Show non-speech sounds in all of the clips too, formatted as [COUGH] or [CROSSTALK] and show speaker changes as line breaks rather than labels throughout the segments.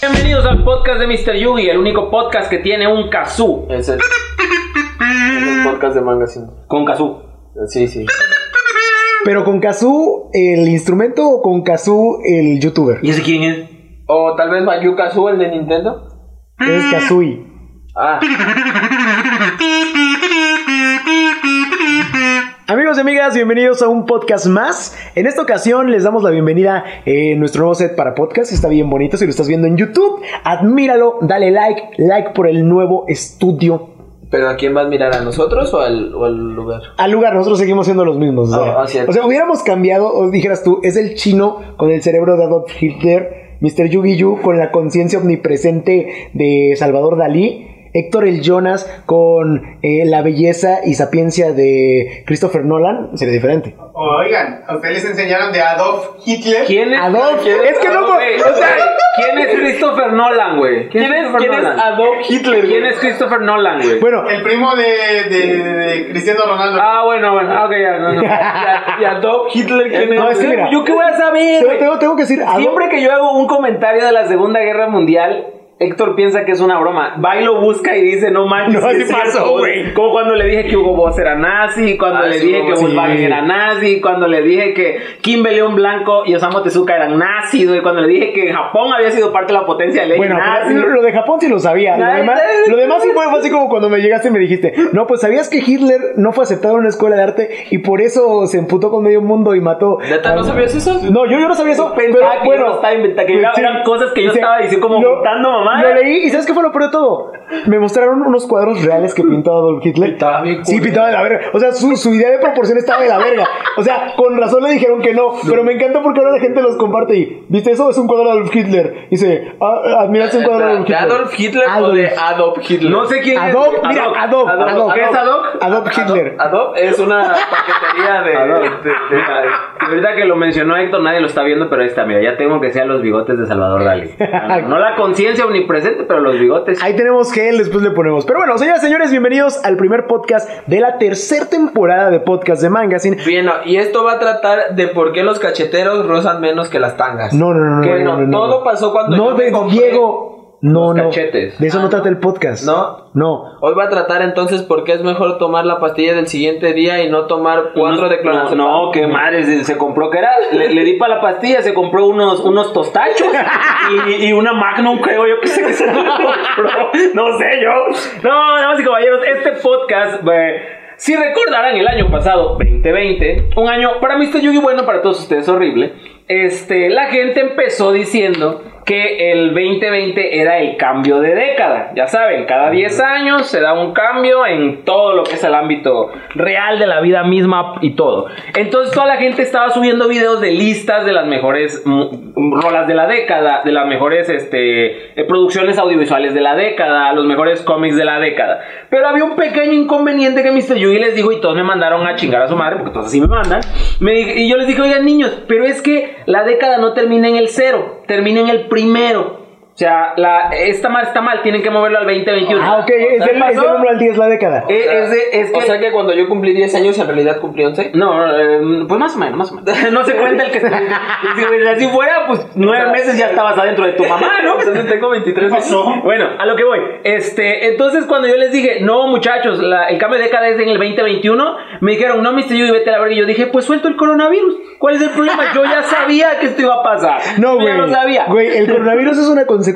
Bienvenidos al podcast de Mr. Yugi, el único podcast que tiene un kazoo.
Es el, es el podcast de manga, sí.
Con kazoo.
Sí, sí.
Pero con Kazoo el instrumento o con Kazoo el youtuber.
¿Y ese quién es?
O tal vez Mayu Kazoo, el de Nintendo.
Es Kazooie.
Ah,
Amigos y amigas, bienvenidos a un podcast más. En esta ocasión les damos la bienvenida eh, en nuestro nuevo set para podcast. Está bien bonito. Si lo estás viendo en YouTube, admíralo, dale like, like por el nuevo estudio.
pero ¿a quién vas a mirar? ¿A nosotros o al, o al lugar?
Al lugar, nosotros seguimos siendo los mismos. O sea,
Ah, ah, cierto.
o sea, hubiéramos cambiado, o dijeras tú, es el chino con el cerebro de Adolf Hitler, Mr. Yugi Yu con la conciencia omnipresente de Salvador Dalí, Héctor el Jonas con eh, la belleza y sapiencia de Christopher Nolan, sería diferente.
Oigan, ¿a ustedes les enseñaron de Adolf Hitler?
¿Quién es?
Adolf,
¿Quién
es que no,
Adolf, güey?
o sea-
¿quién es Christopher Nolan, güey? ¿Quién es Christopher Nolan?
Adolf Hitler?
¿Quién es Christopher Nolan, güey?
Bueno,
El primo de, de- de Cristiano Ronaldo.
Ah, bueno, bueno, ah, ok, ya, no, no.
¿Y Adolf Hitler quién
No,
es?
es que mira.
¿Yo qué voy a saber,
tengo,
güey?
tengo- tengo que decir, Adolf-
Siempre que yo hago un comentario de la Segunda Guerra Mundial, Héctor piensa que es una broma. Va y lo busca y dice, no manches,
No,
sí
sí
es cierto,
pasó,
güey.
güey.
Como cuando le dije que Hugo Boss era nazi, cuando
Ah,
le
sí,
dije
Hugo
que
Boss,
Volkswagen
sí.
era nazi, cuando le dije que Kim León Blanco y Osamu Tezuka eran nazis, güey. Cuando le dije que Japón había sido parte de la potencia del
Bueno,
nazi.
pero lo de Japón sí lo sabía. Lo
Ay,
demás,
ay,
lo demás sí fue fue así como cuando me llegaste y me dijiste, no, pues sabías que Hitler no fue aceptado en una escuela de arte y por eso se emputó con medio mundo y mató.
¿Neta no
a-
sabías eso?
No, yo, yo no sabía eso.
Pensaba
pero,
que yo
bueno,
lo estaba inventando, que era- eran cosas que yo estaba diciendo como juntando mamadas.
Lo leí y ¿sabes qué fue lo peor de todo? Me mostraron unos cuadros reales que pintó Adolf Hitler.
Pintaba bien
Sí,
culero.
pintaba de la verga. O sea, su, su idea de proporción estaba de la verga. O sea, con razón le dijeron que no, pero me encanta porque ahora la gente los comparte y, ¿viste eso? Es un cuadro de Adolf Hitler. Dice, ah, admiraste un cuadro de Adolf
¿De
Hitler.
Adolf Hitler o de Adolf Hitler?
No sé quién
Adobe,
es.
mira,
eh,
Adobe, Adobe.
¿Qué es Adobe?
Adolf Hitler.
Adolf es una paquetería de...
Adolf.
de- de- de-
La verdad que lo mencionó Héctor, nadie lo está viendo, pero ahí está, mira, ya tengo que sea los bigotes de
[LAUGHS]
Salvador Dalí. No, no la conciencia omnipresente, pero los bigotes.
Ahí tenemos gel, después le ponemos. Pero bueno, señoras y señores, bienvenidos al primer podcast de la tercera temporada de podcast de Mangazine.
Bien, no, y esto va a tratar de por qué los cacheteros rozan menos que las tangas.
No, no, no, no.
Que
no,
no,
no, no.
todo pasó cuando
No,
yo me
de-
compré-
Diego. No,
los
no.
cachetes.
De eso
Ah,
no
no.
trata el podcast.
¿No?
No.
Hoy va a tratar entonces por qué es mejor tomar la pastilla del siguiente día y no tomar cuatro de
no,
clonazepam.
no, qué madre, se, se compró, que era? Le, le di para la pastilla, se compró unos, unos tostachos y, y una Magnum, creo yo que se que se compró. No sé yo. No, damas y caballeros, este podcast, eh, si recordarán el año pasado, 2020, un año para Mr. Yugi bueno, para todos ustedes horrible, este, la gente empezó diciendo que el 2020 era el cambio de década. Ya saben, cada 10 años se da un cambio en todo lo que es el ámbito real de la vida misma y todo. Entonces toda la gente estaba subiendo videos de listas de las mejores mm, rolas de la década, de las mejores este, eh, producciones audiovisuales de la década, los mejores cómics de la década. Pero había un pequeño inconveniente que Mr. Yugi les dijo y todos me mandaron a chingar a su madre, porque todos así me mandan. Me di- y yo les dije, oigan niños, pero es que la década no termina en el cero, termina en el primero. O sea, la, esta mal está mal, tienen que moverlo al 2021.
Ah, ok, es del, es del 1 al 10 la década.
Eh, es de- es
o
que-
sea que cuando yo cumplí 10 años, en realidad cumplí 11.
No, eh, pues más o menos, más o menos. [LAUGHS] No se cuenta el que... si así fuera, pues nueve meses ya estabas adentro de tu mamá,
[LAUGHS]
¿no?
Entonces tengo 23 años.
Bueno, a lo que voy. Este, entonces cuando yo les dije, no muchachos, la- el cambio de década es en el 2021, me dijeron, no, Mr. Yugi, vete a la verga. Y yo dije, pues suelto el coronavirus. ¿Cuál es el problema? Yo ya sabía que esto iba a pasar.
[LAUGHS] No,
Yo
güey.
ya lo sabía.
Güey, el coronavirus es una consecuencia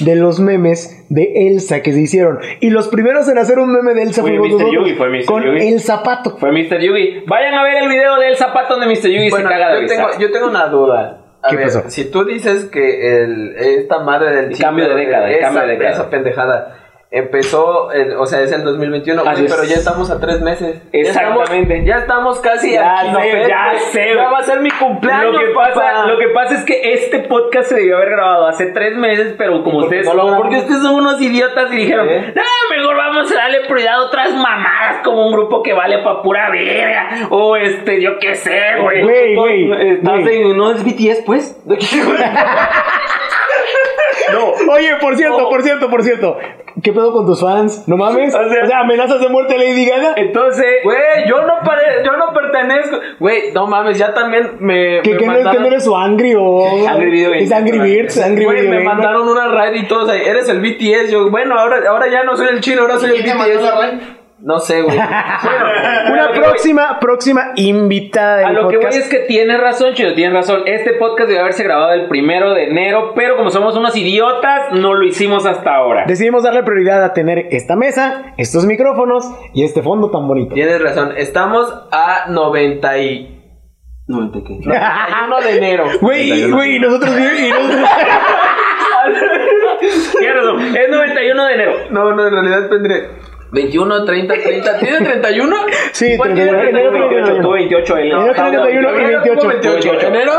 de los memes de Elsa que se hicieron. Y los primeros en hacer un meme de Elsa
Güey,
fuimos
Mr.
nosotros
Yugi, fue Mr.
con
Yugi.
el zapato.
Fue Mr. Yugi. Vayan a ver el video del zapato donde Mr. Yugi
Bueno,
se caga de
yo
risa.
tengo, yo tengo una duda. A
¿Qué
ver,
pasó?
si tú dices que el, esta madre del
El cambio de
chisme,
década, el
esa,
cambio de década.
esa pendejada empezó, en- o sea, es el 2021,
Así
güey,
es.
pero ya estamos a tres meses. Ya
Exactamente.
estamos- Ya estamos, casi
Ya
a
sé, ya sé,
Ya
güey.
va a ser mi cumpleaños.
Lo que, pasa,
papá.
lo que pasa es que este podcast se debió haber grabado hace tres meses, pero como
¿Por qué
ustedes.
no lo grabamos?
porque ustedes son unos idiotas y dijeron,
¿Eh?
no, mejor vamos a darle prioridad a otras mamadas como un grupo que vale pa' pura verga. O este, yo qué sé, güey.
Güey, güey,
Estás
güey.
en- ¿No es BTS, [LAUGHS] pues?
Oye, por cierto,
No.
[LAUGHS] por cierto, por cierto. ¿Qué pedo con tus fans? No mames.
O
O
sea- Eh,
sea, amenazas de muerte a Lady Gaga.
Entonces,
Güey, yo no pare- yo no pertenezco. Güey, no mames, ya también me.
Que
me
que no, que no eres su Angry o.
[LAUGHS] Angry Video
Es
Game.
Angry Birds, Angry
Güey,
Video
me
Game.
mandaron una raid y todos ahí, eres el BTS. Yo, bueno, ahora, ahora ya no soy el chino, ahora soy el
¿Quién te mandó la
BTS.
raid?
No sé,
[LAUGHS]
güey.
[LAUGHS]
Una próxima, próxima invitada del
A lo que voy
podcast.
es que tienes razón, Chido, tienes razón. Este podcast debe haberse grabado el primero de enero, pero como somos unos idiotas, no lo hicimos hasta ahora.
Decidimos darle prioridad a tener esta mesa, estos micrófonos y este fondo tan bonito.
Tienes razón, estamos a 90 y...
90 qué.
91 de enero.
Güey, güey, y nosotros bien- y nosotros- [LAUGHS]
Tienes razón, es 91 de enero.
No, no, en realidad tendré 21, 30, 30. ¿Tiene 31?
Sí,
¿Cuál
31,
tiene
enero
28, tú 28, él.
Enero 31 y
Enero tuvo
28.
28. Enero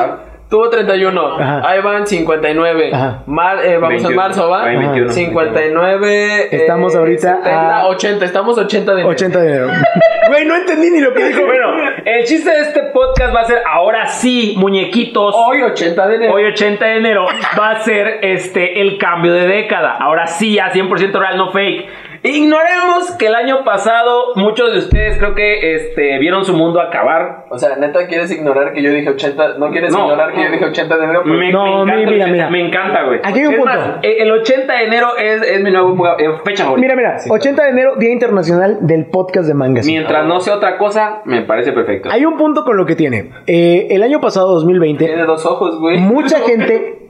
tuvo 31.
Ajá.
Ahí van 59.
Ajá.
Mar- eh, vamos
21,
en marzo, ¿va?
ahí
21,
59. eh,
Estamos ahorita
70,
a-
80. Estamos 80 de enero.
80 de enero. Güey, no entendí ni lo que dijo.
Eh, Bueno, el chiste de este podcast va a ser ahora sí, muñequitos.
Hoy 80 de enero.
Hoy 80 de enero va a ser este el cambio de década. Ahora sí, a 100% real, no fake. Ignoremos que el año pasado muchos de ustedes creo que este, vieron su mundo acabar.
O sea, neta, ¿quieres ignorar que yo dije 80? ¿No quieres
No.
ignorar que yo dije 80 de enero? Pues,
Me,
No,
me encanta,
mi-
el
mira,
80,
mira.
me encanta, güey.
Aquí hay un
Es
punto.
más, eh, el 80 de enero es, es mi nuevo eh, fecha favorita.
Mira, mira, 80 de enero, Día Internacional del Podcast de Mangas.
Mientras no sea otra cosa, me parece perfecto.
Hay un punto con lo que tiene. Eh, el año pasado,
Tiene
2020,
dos ojos, güey.
[LAUGHS] mucha gente.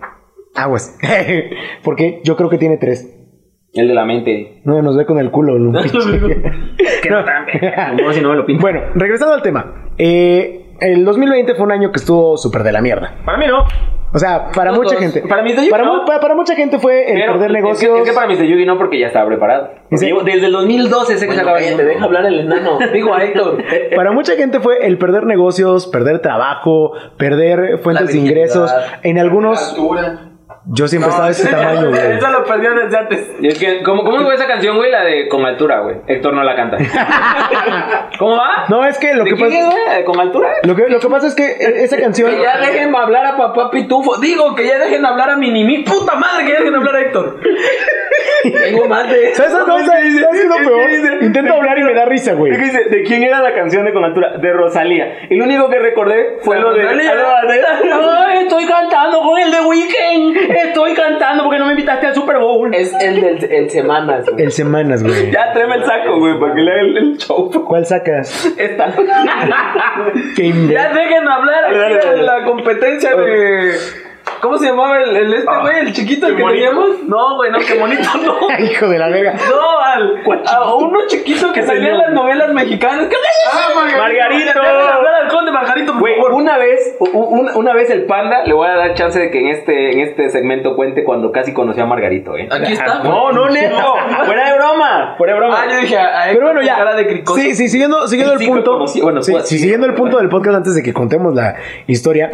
Aguas. [LAUGHS] Porque yo creo que tiene tres.
El de la mente.
No, nos ve con el culo. ¿no? [LAUGHS]
Que no tan pendejo, como si no me lo pinto.
bueno, regresando al tema. eh, el 2020 fue un año que estuvo súper de la mierda.
Para mí no.
O sea, para
Los
mucha
dos.
gente.
Para mí está
para,
llorando.
mu- para- para mucha gente fue el
Pero
perder
es que-
negocios.
Es que, para Mr. Yugi no, porque ya estaba preparado. Porque
Dice-
llevo- desde el 2012 sé que se
Bueno,
acaba
cállate, deja hablar el enano. Digo a Héctor.
[LAUGHS]
Para mucha gente fue el perder negocios, perder trabajo, perder fuentes de
virginidad.
ingresos. En
La
Ah,
algunos,
altura.
yo siempre estaba de ese
[LAUGHS]
tamaño, güey.
Eso lo perdió desde antes.
Y es que, ¿cómo, ¿Cómo fue esa canción, güey? La de Con Altura, güey. Héctor no
[LAUGHS]
la canta. ¿Cómo va?
No, es que lo
¿De
que
quién es,
pasa.
güey? ¿Con Altura?
Lo que, lo que pasa es que eh, esa canción.
Que ya dejen hablar a papá Pitufo. Digo, que ya dejen hablar a Minimi. ¡Puta madre! Que ya dejen hablar a [LAUGHS] Héctor. Tengo más de...
¿Sabes sabes- sabes- sabes lo peor? Intento hablar y me da risa, güey.
Es que dice, ¿de quién era la canción de Con Altura? De Rosalía. Y lo único que recordé fue
De
lo de.
Rosalía.
Ah,
[LAUGHS]
de- [LAUGHS] Ay, estoy cantando con el de Weekend. Estoy cantando porque no me invitaste al Super Bowl.
Es el del el semanas, güey.
El semanas, güey.
Ya tráeme el saco, güey, para que le haga el, el show.
¿Cuál
[LAUGHS]
sacas?
Esta.
[LAUGHS] Qué imbécil.
Ya dejen hablar
Dale, dale,
aquí de
dale.
la competencia de... ¿Cómo se llamaba el, el
Ah,
este, güey? ¿El chiquito el que teníamos? No, güey, no, qué bonito, no.
[LAUGHS] Hijo de la verga.
No, al, a uno chiquito que salía en las novelas mexicanas. ¿Qué
Ah, Margarito.
Margarito.
Dejen hablar al conde Margarito, por
Güey,
favor.
una vez, u- u- una, una vez el panda, le voy a dar chance de que en este, en este segmento cuente cuando casi conoció a Margarito, ¿eh?
Aquí está.
No, no, neto. fuera de broma. Fuera de broma.
Ah, yo dije a, a Héctor
Pero bueno,
con
ya.
cara de cricoso.
Sí, sí, siguiendo, siguiendo
Él
el
sí fue
punto.
conocido, bueno,
sí,
fue
sí,
así,
siguiendo el
¿verdad?
punto del podcast antes de que contemos la historia.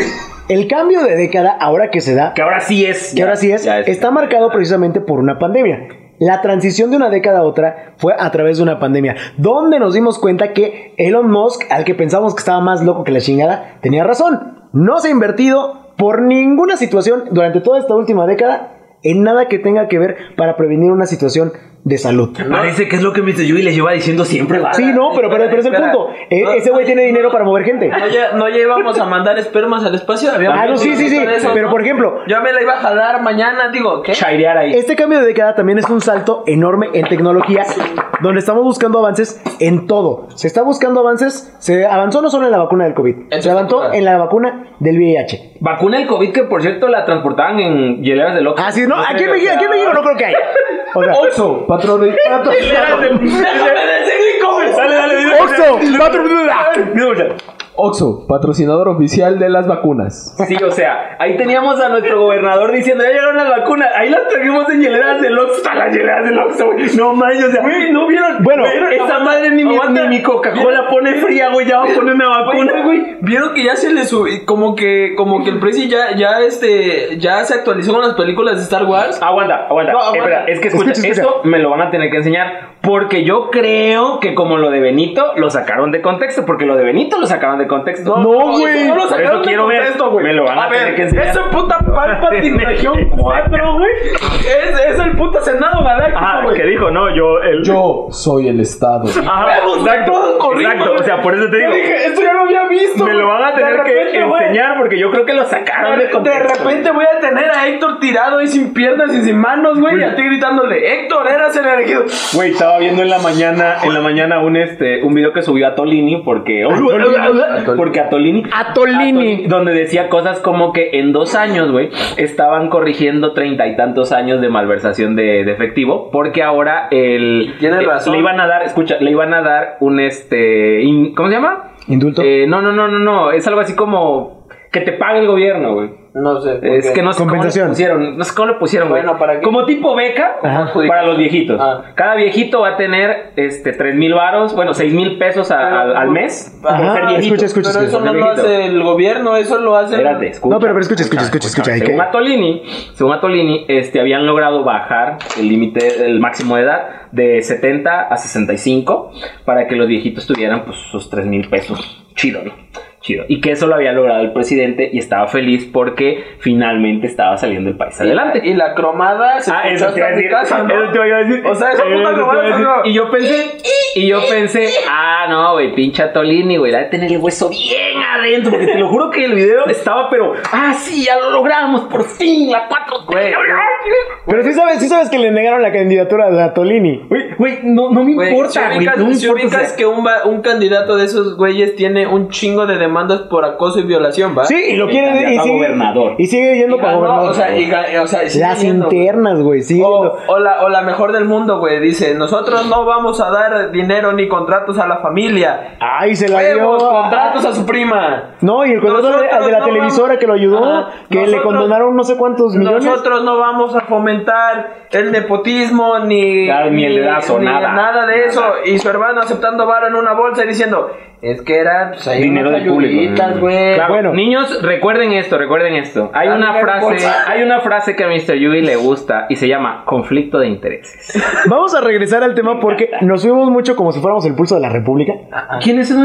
El cambio de década, ahora que se da,
que ahora sí es.
que ahora sí es,
Ya es.
está marcado precisamente por una pandemia. La transición de una década a otra fue a través de una pandemia, donde nos dimos cuenta que Elon Musk, al que pensábamos que estaba más loco que la chingada, tenía razón. No se ha invertido por ninguna situación durante toda esta última década en nada que tenga que ver para prevenir una situación de salud.
Parece que es lo que Mr. Yui les lleva diciendo siempre, va.
Sí, no, pero, pero, pero es el
Espera.
punto. E-
No,
ese güey tiene dinero para mover gente.
No, ya, no ya íbamos a mandar espermas al espacio. Habíamos
Ah, no, sí, sí, sí.
hablado de eso,
Pero
¿no?
por ejemplo,
Yo me la iba a jalar mañana, digo, ¿qué?
Chairear ahí.
este cambio de década también es un salto enorme en tecnología, donde estamos buscando avances en todo. Se está buscando avances, se avanzó no solo en la vacuna del COVID,
En
se avanzó
todas.
en la vacuna del VIH.
Vacuna el COVID que, por cierto, la transportaban en hieleras de loco.
Ah, sí, no, aquí en México, aquí en México no creo que haya. O sea, Oxo, patrón.
[LAUGHS]
Déjame decir mi comentario.
Dale, dale, dile.
Oxo,
Oxo, patrocinador oficial de las vacunas.
Sí, o sea, ahí teníamos a nuestro gobernador diciendo, ya llegaron las vacunas, ahí las trajimos en hieleras del Oxxo, hasta las hieleras del Oxxo, güey. No manches, o sea, no vieron,
Bueno.
¿Vieron? esa madre ni mi,
Aguanta.
ni mi Coca-Cola pone fría, güey, ya va a poner una vacuna, güey.
Vieron que ya se le subió, como que, como que el precio ya, ya este, ya se actualizó con las películas de Star Wars.
Aguanta, aguanta.
No, aguanta.
Espera, es que escucha,
Escucha, escucha.
esto me lo van a tener que enseñar Porque yo creo que como lo de Benito lo sacaron de contexto, porque lo de Benito lo sacaron de contexto.
No, güey.
No lo
Por
sacaron
eso quiero
de
ver.
contexto, güey.
Me lo van a,
ver,
tener que enseñar.
Ese puta
[LAUGHS]
Palpatine Región 4, güey. Es, es el puta Senado
Ajá,
Galáctico,
que
güey.
dijo, no, yo el
Yo soy el Estado.
Ajá,
todos
exacto,
corrimos,
exacto, o sea, por eso te digo,
Yo dije, esto ya lo había visto.
me lo
güey.
van a
De
tener que
repente, güey,
enseñar porque yo creo que lo sacaron de
De
contexto.
repente voy a tener a Héctor tirado ahí sin piernas y sin manos, güey, y a ti gritándole, Héctor, eras el elegido.
Güey, estaba viendo en la mañana, en la mañana un este un video que subió a Tolini porque porque a Tolini
Atolini.
donde decía cosas como que en dos años, güey, estaban corrigiendo treinta y tantos años de malversación de, de efectivo, porque ahora el
Tienes
eh,
razón.
le iban a dar, escucha, le iban a dar un este, in- ¿cómo se llama?
Indulto.
Eh, no, no, no, no, no, es algo así como que te pague el gobierno, güey.
No sé.
Es que no sé cómo le
Compensación.
pusieron, no sé cómo le pusieron, güey.
Bueno, ¿para qué?
Como tipo beca
Ajá.
para los viejitos.
Ah.
Cada viejito va a tener este tres mil varos, bueno, seis mil pesos a-
Pero-
al, al mes por
Ajá,
ser viejito.
escucha, escucha,
Pero
escucha.
eso no lo hace el gobierno, eso lo hace.
Espérate, escucha.
No, pero- pero escucha, escucha, escucha, escucha, hay
Según
que-
Atolini, según Atolini, este, habían logrado bajar el límite, el máximo de edad de 70 a 65 para que los viejitos tuvieran pues sus 3 mil pesos. Chido, ¿no? Chido. Y que eso lo había logrado el presidente y estaba feliz porque finalmente estaba saliendo el país adelante.
Y la cromada se
Ah,
escucha
eso te iba a
hasta mi
decir.
casa, ¿no?
Eso te iba a decir.
O sea, esa
Eso
puta
te iba a
cromada
decir.
salió.
Y yo pensé, y [LAUGHS] yo pensé, ah, no, güey, pincha Tolini, güey, la de tener el hueso bien adentro. Porque te lo juro que el video estaba, pero, ah, sí, ya lo logramos, por fin, la 4 güey.
Pero sí sabes, sí sabes que le negaron la candidatura a Atolini.
Güey, güey, no, no me
Güey,
importa,
si
güey.
ubicas-
No me
si
importa. o sea,
ubicas que un, va- un candidato de esos güeyes tiene un chingo de demandas por acoso Ah, y violación, ¿va?
Sí, y lo
El
quieren y
candidato a
sigue,
gobernador.
y sigue
Y
yendo para
ganó,
gobernador.
o sea, y ga- o sea, sigue
Las
yendo, güey. Oh,
internas, güey, sigue
O,
yendo.
o la, o la mejor del mundo, güey. Dice, nosotros no vamos a dar dinero ni contratos a la familia.
Ay, se la dio.
Huevos,
ah,
contratos a su prima.
No, y el contrato de,
Nosotros
de la
no
televisora
vamos-
que lo ayudó,
Ajá,
que le
nosotros-
condonaron no sé cuántos millones.
Nosotros no vamos a fomentar el nepotismo ni,
Claro, ni el dedazo,
ni
nada.
de eso.
Nada.
Y su hermano aceptando varo en una bolsa y diciendo, es que eran pues, ahí
Dinero
unas
del público.
ayuditas, güey.
Claro,
Bueno.
niños, recuerden esto, recuerden esto. Hay
Ah,
una
mira,
frase,
bolsa.
hay una frase que a Mr. Yugi le gusta y se llama conflicto de intereses.
Vamos a regresar al tema porque nos fuimos mucho como si fuéramos el pulso de la República.
¿Quién es eso?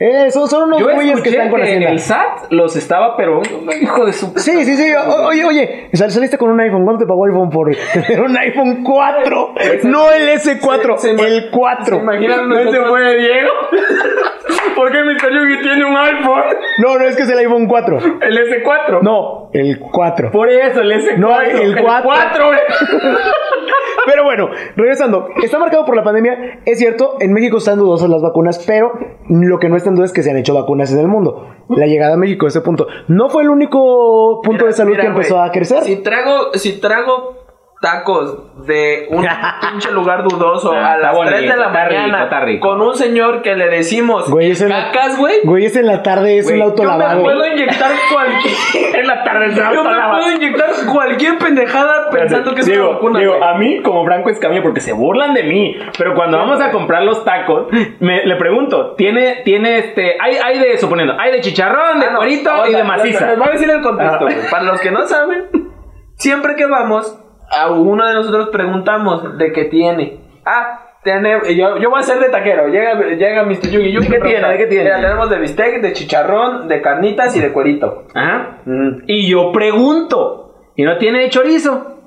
Eh, son, son unos
Yo
güeyes
escuché
que están con
que en
Hacienda.
el SAT los estaba, pero hijo de su
Sí, sí, sí. o- oye, oye, sal- saliste con un iPhone. ¿Cuánto te pagó iPhone por tener un iPhone 4? No el S4,
Se- se ima-
el 4.
se imaginan
¿No se
nosotros-
fue Diego? [LAUGHS] ¿Por qué Mr. Yugi tiene un iPhone?
No, no es que es el iPhone 4.
El S4.
No, el 4.
Por eso, el S4.
No, el cuatro.
cuatro, güey.
Pero bueno, regresando, está marcado por la pandemia. Es cierto, en México están dudosas las vacunas, pero lo que no está en duda es que se han hecho vacunas en el mundo. La llegada a México a ese punto no fue el único [LAUGHS] punto de salud
Mira,
que empezó
güey,
a crecer.
Si trago, si trago tacos de
[LAUGHS]
un pinche lugar dudoso
Ah,
a
está
las 3
bonito,
de la
está rico,
mañana
está rico.
con un señor que le decimos
Güey, es en la-
cacas, güey.
Güey, es en la tarde, es
Güey,
un
yo
auto
Yo me
lavado.
puedo inyectar cualquier
En la tarde se va a
[LAUGHS] Yo me
la-
puedo inyectar cualquier pendejada pensando que es
Diego,
una vacuna.
Diego,
güey.
a mí como Franco Escamilla porque se burlan de mí, pero cuando vamos a comprar los tacos, me- le pregunto, tiene tiene este hay hay de suponiendo, hay de chicharrón, de
Ah, no,
cuerito
ahora,
y de
les-
maciza.
Les voy a decir el contexto.
Ah.
güey. Para los que no saben, siempre que vamos, a uno de nosotros preguntamos de qué tiene. Ah, tiene, yo, yo voy a ser de taquero. Llega, llega Mr. Yugi. Yugi
¿De qué
pregunta,
tiene? ¿De qué tiene?
Mira, tenemos de bistec, de chicharrón, de carnitas y de cuerito.
Ajá.
Mm.
Y yo pregunto, ¿y no tiene de chorizo?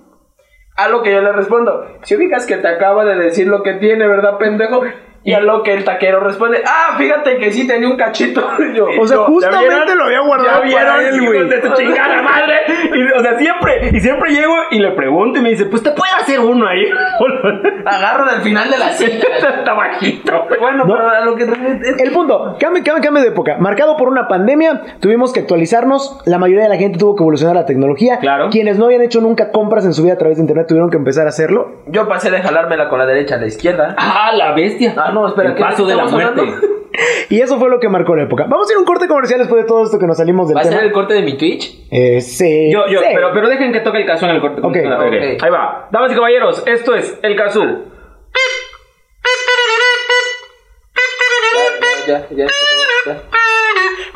A lo que yo le respondo, si ubicas que te acaba de decir lo que tiene, ¿verdad, pendejo? Y a lo que el taquero responde, ah, fíjate que sí tenía un cachito. [LAUGHS] Yo,
O sea,
yo,
justamente
¿ya vieron?
lo había
Ya
guardado para
vieron,
él,
hijos
güey.
de su chingada madre. Ah, [LAUGHS] Y, o sea, siempre, y siempre llego y le pregunto y me dice, pues te puede hacer uno ahí. [LAUGHS]
Agarro del final de la cita.
Está bajito.
Bueno, pero a lo que realmente-
El punto, cambio, cambio, cambio de época. Marcado por una pandemia, tuvimos que actualizarnos. La mayoría de la gente tuvo que evolucionar la tecnología.
Claro.
Quienes no habían hecho nunca compras en su vida a través de internet tuvieron que empezar a hacerlo.
Yo pasé de jalármela con la derecha a la izquierda.
Ah, la bestia.
Ah, no, espera,
El
¿qué-
paso
qué
de la
estamos
muerte.
hablando?
Y eso fue lo que marcó la época. Vamos a ir a un corte comercial después de todo esto que nos salimos del
¿Va a
tema.
ser el corte de mi Twitch?
Eh, sí.
[LAUGHS] Yo, yo,
sí.
pero, pero dejen que toque el caso en el corte.
Ok.
Ok.
Ahí va. Damas y caballeros, esto es el caso.
Ya, ya, ya.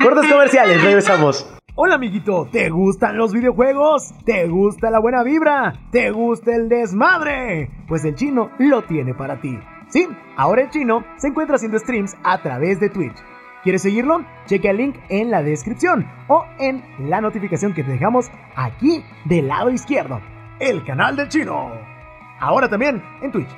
Cortes comerciales, regresamos. Hola amiguito, ¿te gustan los videojuegos? ¿Te gusta la buena vibra? ¿Te gusta el desmadre? Pues el chino lo tiene para ti. Sí, ahora el chino se encuentra haciendo streams a través de Twitch. ¿Quieres seguirlo? Checa el link en la descripción o en la notificación que te dejamos aquí del lado izquierdo. El canal del chino. Ahora también en Twitch.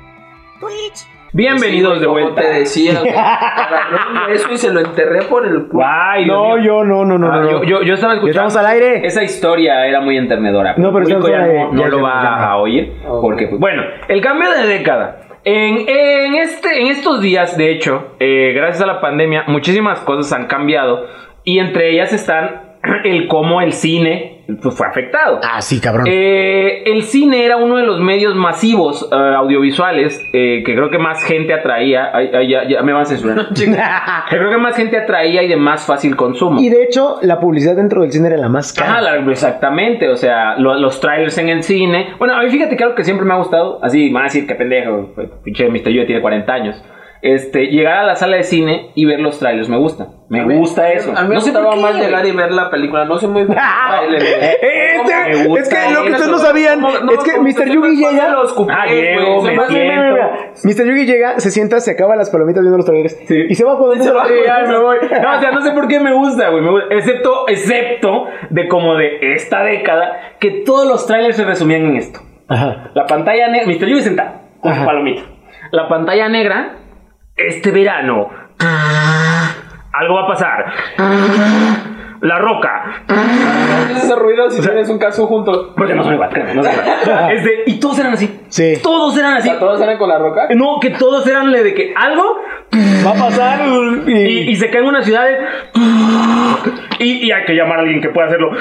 Twitch.
Bienvenidos de vuelta.
Como te decía, güey. Agarré un beso y se lo enterré por el culo.
Guay,
No,
Dios mío.
yo no, no, no,
Ah,
no, no.
yo, yo- yo estaba escuchando.
estamos al aire.
Esa historia era muy enternedora.
No, pero
El público
estamos
ya
al aire.
no, no
Ya,
lo
ya,
va
ya.
a oír. Porque, pues, bueno, el cambio de década. En, en este, en estos días, de hecho, eh, gracias a la pandemia, muchísimas cosas han cambiado. Y entre ellas están [CLEARS THROAT] el cómo el cine pues, fue afectado.
Ah, sí, cabrón. [LAUGHS]
Eh, el cine era uno de los medios masivos eh, audiovisuales eh, que creo que más gente atraía. Ay, ay, ya, ya me van a censurar. que creo que más gente atraía y de más fácil consumo.
y de hecho, la publicidad dentro del cine era la más
Ajá,
[LAUGHS] cara.
la- exactamente, o sea, lo- los trailers en el cine. Bueno, a mí fíjate que algo que siempre me ha gustado, así, me van a decir que pendejo, pinche Mr. Yo tiene 40 años. Este, llegar a la sala de cine y ver los trailers, me gusta. Me gusta eso.
A mí me
No sé por
gustaba
qué,
más
güey.
llegar y ver la película. No soy muy.
[LAUGHS] Eh,
Me
este-
gusta
es que lo que
eso.
ustedes no sabían es que Mr. Yugi llega.
Los cupés,
Ah,
güey,
Diego,
soy
me
más-
Mira, mira, mira, mira. Mr. Yugi llega, se sienta, se acaba las palomitas viendo los trailers y se va a poner.
Sí, ya me voy. No, o sea, no sé por qué me gusta, güey. me gusta. Excepto, excepto de como de esta década, que todos los trailers se resumían en esto.
[LAUGHS] Ajá.
La pantalla negra. Mr. Yubi sentado. Con su
Ajá.
palomita. La pantalla negra. Este verano. Algo va a pasar. La roca.
Haces ese ruido si tienes un caso junto.
Porque no son igual, créeme, no son igual. Este, y todos eran así.
Sí.
Todos eran así.
¿A todos salen con la roca?
No, que todos eran de que algo
Va a pasar.
y, y se caen unas ciudades. Y, y hay que llamar a alguien que pueda hacerlo.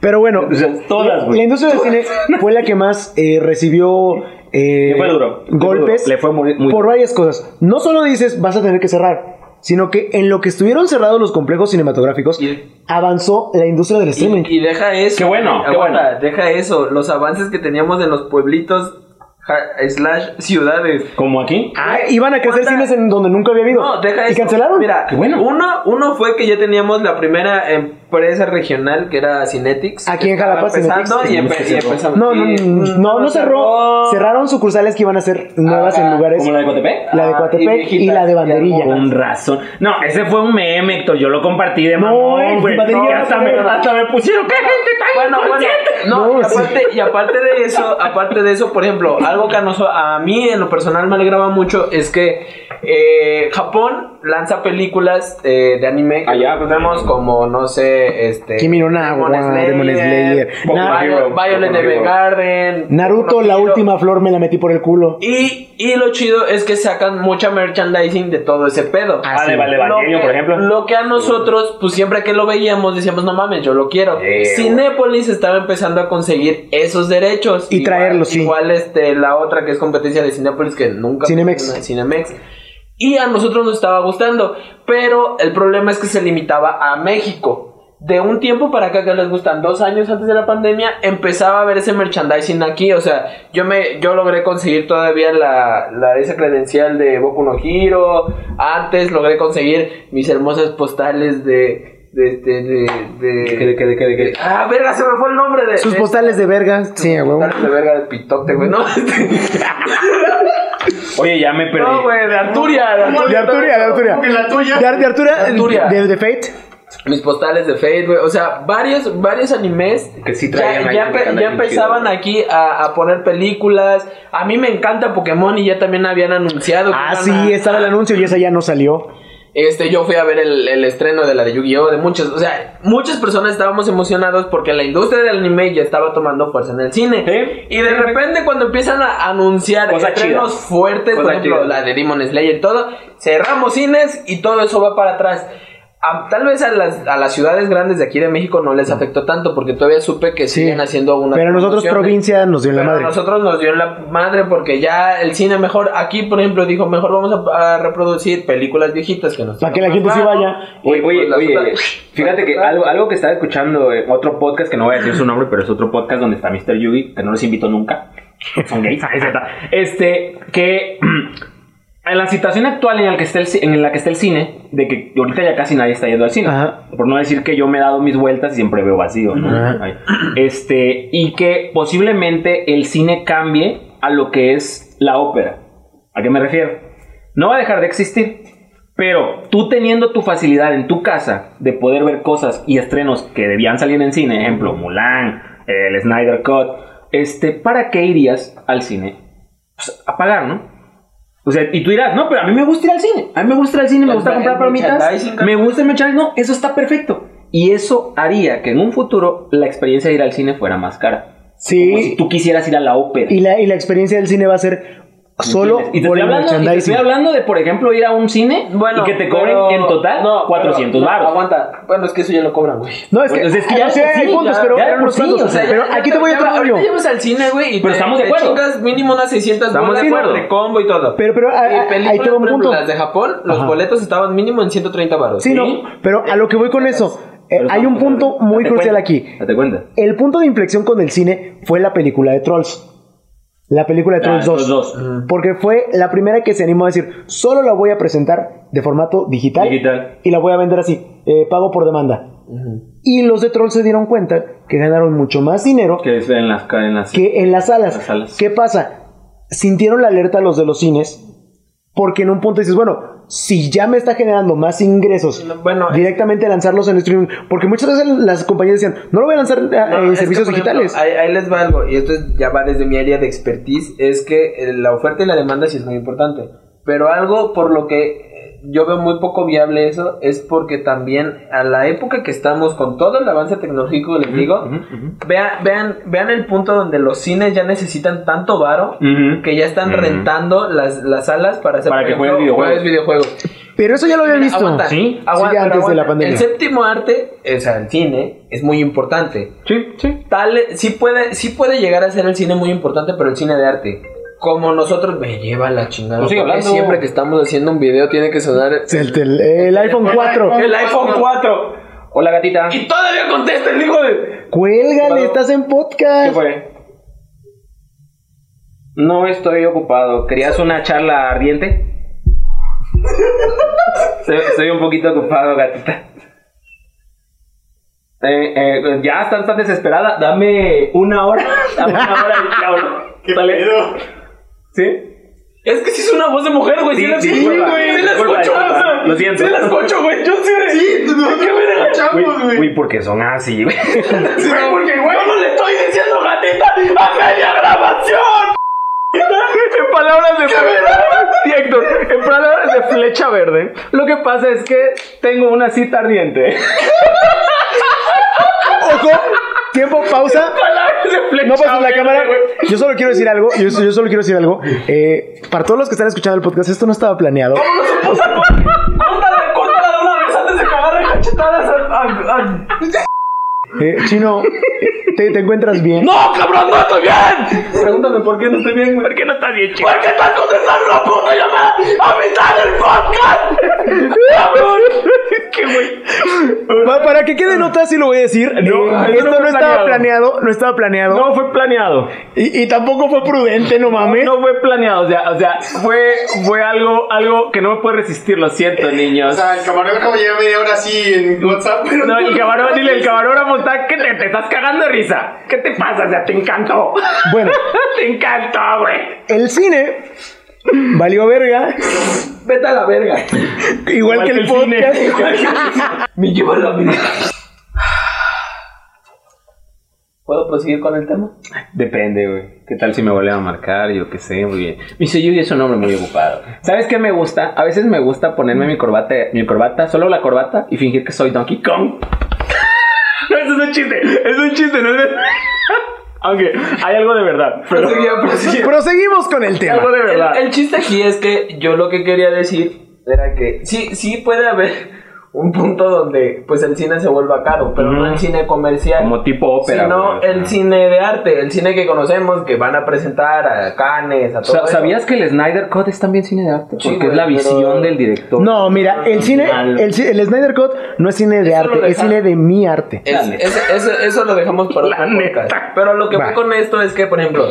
Pero bueno,
O sea, todas,
la
güey.
industria del cine fue la que más eh, recibió eh,
Le fue duro, le fue
golpes
duro, le fue muy- muy
por
duro.
varias cosas. No solo dices vas a tener que cerrar, sino que en lo que estuvieron cerrados los complejos cinematográficos,
Y-
avanzó la industria del streaming.
Y, y deja eso.
Qué bueno,
güey,
qué
aguanta,
bueno.
Deja eso. Los avances que teníamos en los pueblitos ja- slash ciudades.
Como aquí.
Ah, iban a crecer
¿Cuánta-
cines en donde nunca había habido.
No, deja
y
eso.
cancelaron.
Mira,
Qué bueno.
uno, uno fue que ya teníamos la primera empresa regional que era Cinetics.
Aquí en
Estaba
Jalapa,
empezando
Cinetics.
y,
Tenemos
empe-
que
y
cerrar.
empezamos.
no, no,
Y-
no, no, no cerró. Cerraron sucursales que iban a ser nuevas
Ajá,
en lugares.
Como la de Coatepec.
La de
Ah, y
Coatepec y,
viejitas,
la de
y
Banderilla.
Con razón. No, ese fue un meme, Héctor. Yo lo compartí de
No,
mamón,
el
güey.
batería
Y
no
hasta,
fue
me,
verdad.
hasta me pusieron. ¡Qué gente tan
Bueno, bueno,
inconsciente!
no,
No,
y, aparte,
sí.
y aparte de eso, aparte de eso, por ejemplo, algo que a, noso- a mí en lo personal me alegraba mucho es que eh, Japón lanza películas eh, de anime que
Allá.
tenemos como, no sé, este...
Kimi no na wa, Demon Slayer,
Boku no
Vi- Violet
Hero, Boku no Hero.
Evergarden...
Naruto,
Boku no
la
Hero.
última flor me la metí por el culo.
Y, y lo chido es que sacan mucha merchandising de todo ese pedo.
Ah,
Vale,
sí.
vale,
Lo
Evangelion,
que-
por ejemplo.
Lo que a nosotros, pues siempre que lo veíamos, decíamos, no mames, yo lo quiero.
Eh,
Cinépolis estaba empezando a conseguir esos derechos.
Y traerlos, sí.
Igual este, la otra que es competencia de Cinépolis que nunca...
Cinemex.
funciona, Cinemex. Y a nosotros nos estaba gustando, pero el problema es que se limitaba a México. De un tiempo para acá que les gustan, dos años antes de la pandemia, empezaba a ver ese merchandising aquí. O sea, yo me yo logré conseguir todavía la, la esa credencial de Boku no Hero. Antes logré conseguir mis hermosas postales de. de. de. de. de- Ah, verga, se me fue el nombre de.
Sus
de- este,
postales de verga. Sí, a huevo.
postales de verga de pitote, güey. No, [LAUGHS] este,
Oye, ya me perdí.
no, güey, de Arturia. De
De Arturia, de Arturia.
Como que la tuya.
De, Ar- de Arturia,
De Arturia.
De, de Fate.
mis postales de Facebook, o sea, varios, varios animes
Que sí traían
ya,
ahí
ya
un
pe-
canal
ya
bien
empezaban
chido,
aquí a, a poner películas. A mí me encanta Pokémon y ya también habían anunciado. que
Ah,
iban
sí,
a-
estaba el anuncio y esa ya no salió.
Este, yo fui a ver el, el estreno de la de Yu-Gi-Oh! de muchas, o sea, muchas personas estábamos emocionados porque la industria del anime ya estaba tomando fuerza en el cine.
Sí.
Y de repente cuando empiezan a anunciar
Cosas
estrenos
chidas.
fuertes, por
Cosas
ejemplo,
chidas.
la de Demon Slayer y todo, cerramos cines y todo eso va para atrás. A- tal vez a las, a las ciudades grandes de aquí de México no les afectó tanto porque todavía supe que
Sí.
siguen haciendo una
Pero a nosotros, provincia, nos dio en la
pero
madre.
A nosotros nos dio en la madre porque ya el cine mejor, aquí por ejemplo dijo, mejor vamos a, a reproducir películas viejitas que nos...
Para que la gente sí vaya.
pues
Oye,
pues,
oye, oye, fíjate que algo,
algo
algo que estaba escuchando en otro podcast, que no voy a decir su nombre, pero es otro podcast donde está Mr. Yugi, que no los invito nunca. Son gays, [LAUGHS] ah, es cierto. Este, que [CLEARS THROAT] en la situación actual en la que está el, ci- en la que está el cine, de que ahorita ya casi nadie está yendo al cine,
Ajá.
por no decir que yo me he dado mis vueltas y siempre veo vacío, ¿no?
Ajá.
Ay. Este, y que posiblemente el cine cambie a lo que es la ópera. ¿A qué me refiero? No va a dejar de existir. Pero tú teniendo tu facilidad en tu casa de poder ver cosas y estrenos que debían salir en cine, ejemplo, Mulan, el Snyder Cut, este, ¿para qué irías al cine? Pues a pagar, ¿no? O sea, y tú dirás, no, pero a mí me gusta ir al cine. A mí me gusta ir al cine, me
El
gusta
mer-
comprar
el
palomitas.
merchandising,
Me gusta el merchandising. No, eso está perfecto. Y eso haría que en un futuro la experiencia de ir al cine fuera más cara. Como si
Sí,
tú quisieras ir a la ópera.
y la, y la experiencia del cine va a ser solo
¿Entiendes? y te
por
estoy,
el
hablando, y te estoy
merchandising.
hablando de, por ejemplo, ir a un cine
Bueno,
y que te cobren
pero-
en total
no,
400
pero- no,
varos.
aguanta. Bueno, es que eso ya lo cobran, güey.
No, es que,
Bueno, es que ya
sí,
por
hay
sí,
puntos,
ya-
pero,
ya
pero
por
unos
sí,
cuantos.
o sea,
pero
ya-
aquí
ya-
te voy
ya-
otro rollo.
Ahorita llevas al cine, güey, y
Pero
te,
estamos de
te
acuerdo.
chingas mínimo unas 600
Estamos
bolas
de acuerdo.
entre combo y todo.
Pero- pero,
Y
ah, ah, ahí
películas,
te va un
por ejemplo,
punto.
Las de Japón, los
Ajá.
boletos estaban mínimo en 130 baros.
Sí, no, pero a lo que voy con eso, eh,
Pero
hay un
estamos-
punto muy
date
crucial
cuenta,
aquí.
Date cuenta.
El punto de inflexión con el cine fue la película de Trolls. La película de
Ah,
Trolls 2.
Trolls 2.
Porque fue la primera que se animó a decir, solo la voy a presentar de formato digital,
Digital.
y la voy a vender así, eh, pago por demanda. Y los de Trolls se dieron cuenta que ganaron mucho más dinero
Que es en las cadenas.
que en las salas.
Las salas.
¿Qué pasa? Sintieron la alerta los de los cines porque en un punto dices, bueno, si ya me está generando más ingresos,
No, bueno,
directamente lanzarlos en streaming, porque muchas veces las compañías decían, no lo voy a lanzar eh,
No,
en
es que,
servicios
por ejemplo,
digitales.
ahí, ahí les va algo, y esto es- ya va desde mi área de expertise, es que eh, la oferta y la demanda sí es muy importante, pero algo por lo que eh, yo veo muy poco viable eso es porque también a la época que estamos con todo el avance tecnológico, les digo,
ujú, ujú.
vea- vean, vean el punto donde los cines ya necesitan tanto varo
Mm.
Ujú.
que ya están
Ujú.
rentando las, las salas para hacer
Para
por
que jueguen
ejemplo,
videojuegos.
videojuegos.
Pero eso ya lo había
Mira,
visto.
aguanta,
Sí.
aguanta,
Sí, ya
pero
antes de la
aguanta.
pandemia.
El séptimo arte, o sea, el cine, es muy importante.
Sí, sí.
Tal, sí puede, sí puede llegar a ser el cine muy importante, pero el cine de arte. Como nosotros me lleva la chingada.
Pues sigue
porque
hablando.
siempre que estamos haciendo un video tiene que sonar el,
El, tel- el iPhone 4.
iPhone.
iPhone 4.
Hola, gatita.
Y todavía contesta el hijo de.
Cuélgale,
Claro.
estás en
¿Qué
podcast.
fue? No estoy ocupado. ¿Querías una charla ardiente? [LAUGHS] Estoy estoy un poquito ocupado, gatita. Eh, eh, ya estás tan desesperada. Dame una hora. [LAUGHS] Dame una hora y te hablo.
¿Qué
¿Sale?
pedo?
¿Sí?
Es que sí es una voz de mujer, güey. Sí,
Sí,
la
sí,
escucho,
disculpa,
güey. Sí la
disculpa,
escucho.
disculpa.
o sea,
Lo siento.
Sí la escucho, güey. Yo sí.
Sí, nosotros
¿Qué verga?
Uy,
escuchamos,
uy,
güey.
porque son así, [LAUGHS] güey.
Sí, no, porque, güey,
Yo no le estoy diciendo gatita a media grabación.
[LAUGHS]
En palabras de Sí, Héctor, en palabras de flecha verde, lo que pasa es que tengo una cita ardiente.
[LAUGHS] Ojo, tiempo, pausa.
Palabras de flecha
No pases la
verde,
cámara.
güey.
Yo solo quiero decir algo. Yo, yo solo quiero decir algo. Eh, para todos los que están escuchando el podcast, esto no estaba planeado. [LAUGHS]
Córtala, córtala de una vez antes de cagar de cachetadas a- a- a
Eh, Chino, eh, ¿te, te encuentras bien?
¡No, cabrón, no estoy bien! Pregúntame por qué no estoy bien, güey. ¿Por qué no estás bien, chico? ¿Por qué estás contestando la puta llamada a mitad del podcast? ¡Cabrón! ¡Qué güey!
Pa- para que quede nota, sí lo voy a decir.
No,
Eh,
no
esto no,
fue
estaba
planeado.
planeado. No estaba planeado.
No fue planeado.
Y, y tampoco fue prudente, no mames.
No fue planeado, o sea, o sea, fue, fue algo, algo que no me puede resistir, lo siento,
O
niños.
sea, el camarógrafo lleva media hora así en WhatsApp, pero.
No, el camarógrafo, dile, el camarógrafo está que te, te estás cagando de risa. ¿Qué te pasa? O sea, te encantó.
Bueno,
[LAUGHS] te encantó, güey.
el cine valió verga.
Vete a la verga.
Igual, que el,
cine.
podcast.
Me lleva la vida. ¿Puedo proseguir con el tema?
Depende, güey. ¿Qué tal si me vuelven a marcar? Yo qué sé, muy bien. Mi Yugi es un hombre muy ocupado. ¿Sabes qué me gusta? A veces me gusta ponerme mi corbata, mi corbata, solo la corbata y fingir que soy Donkey Kong. [LAUGHS] no, eso es un chiste, es un chiste, no es [LAUGHS] ver- Aunque hay algo de verdad, pero
Proseguía,
[LAUGHS]
proseguía.
Proseguimos con el tema.
algo de verdad.
El, el chiste aquí es que yo lo que quería decir era que sí, sí puede haber [LAUGHS] un punto donde pues el cine se vuelva caro, pero no
Ujú.
el cine comercial.
Como tipo ópera.
sino
güey, o sea.
el cine de arte, el cine que conocemos, que van a presentar a Cannes, a todo
Sa-
eso.
¿Sabías que el Snyder Cut es también cine de arte?
Sí,
Porque es
güey,
la
pero-
visión del director.
No, mira, el cine, el, ci- el Snyder Cut no es cine
Eso
de
lo
arte, es
dejaron.
cine de mi arte.
Es-
La neta.
es- eso, eso lo dejamos para
[LAUGHS] La
otro podcast.
neta.
Pero lo que
Va.
voy con esto es que, por ejemplo,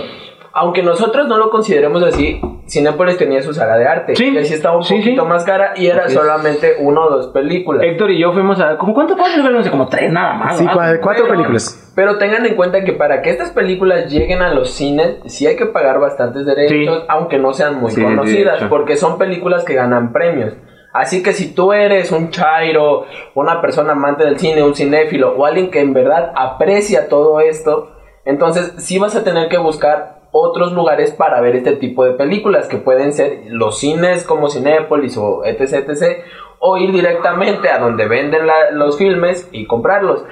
aunque nosotros no lo consideremos así, Cinépolis tenía su sala de arte.
Sí.
Que sí estaba un
Sí, sí.
poquito más cara y era
Así es.
solamente una o dos películas.
Héctor y yo fuimos a. ¿Cómo cuánto? ¿Cuántas películas? No sé, como tres nada más.
Sí,
¿verdad?
cua- cuatro
Pero-
películas.
Pero tengan en cuenta que para que estas películas lleguen a los cines, sí hay que pagar bastantes derechos,
Sí.
aunque no sean muy
Sí, de
conocidas,
hecho.
porque son películas que ganan premios. Así que si tú eres un chairo, una persona amante del cine, un cinéfilo o alguien que en verdad aprecia todo esto, entonces sí vas a tener que buscar otros lugares para ver este tipo de películas que pueden ser los cines como Cinépolis o etc etc o ir directamente a donde venden la- los filmes y comprarlos.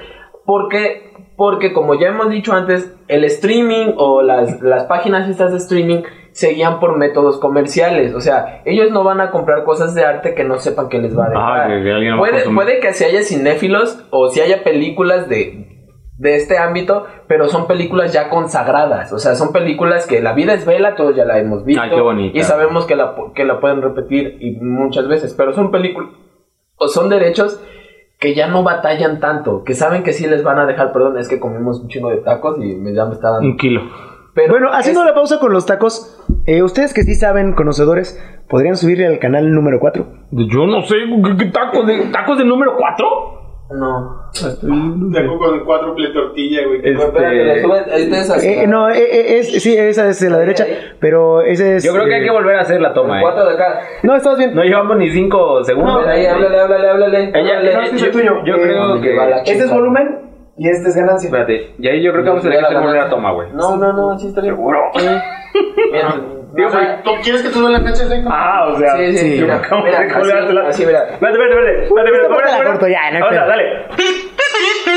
Porque, porque como ya hemos dicho antes, el streaming o las, las páginas estas de streaming se guían por métodos comerciales. O sea, ellos no van a comprar cosas de arte que no sepan que les va a dejar.
Ah, que- que alguien lo va a
puede,
consumir.
puede que si haya cinéfilos o si haya películas de, de este ámbito, pero son películas ya consagradas. O sea, son películas que la vida es vela, todos ya la hemos visto.
Ay, qué bonita.
Y sabemos que la, pu- que la pueden repetir y muchas veces, pero son películas o son derechos que ya no batallan tanto, que saben que sí les van a dejar, perdón, es que comimos un chingo de tacos y me, ya me está dando.
Un kilo.
Pero
Bueno, haciendo
es-
la pausa con los tacos, eh, ustedes que sí saben, conocedores, podrían subirle al canal número 4.
Yo no sé, ¿qué- qué ¿tacos de, tacos de número 4?
No, Eh, estoy-
Taco con cuatro play tortilla, güey.
Este-
espérate, le sube- este es así.
no, eh, eh, es- sí, esa es de la derecha, pero ese es...
Yo creo que hay que volver a hacer la toma,
El
eh.
cuatro de acá.
No, estás bien.
No llevamos ni 5 segundos.
Ven ahí, háblale, háblale, háblale.
Ella-
háblale.
no, es que es el tuyo. Yo creo que-
va la
Este es
chingada.
volumen y este es ganancia.
Espérate, y ahí yo creo que vamos a tener que hacer volver a toma, güey.
No, no, no, sí está bien.
Seguro.
Sí. Mira,
Digo,
o sea,
güey, ¿tú quieres que te duela la eh? cancha, Zeca?
Ah, o sea.
Sí, sí,
sí,
mira,
acabo de
mira, así,
colgártela.
así, mira.
Espérate, espérate, espérate. Espérate, espérate.
Esta parte la
espérate,
corto ya, no hay
Ahora,
pedo.
dale.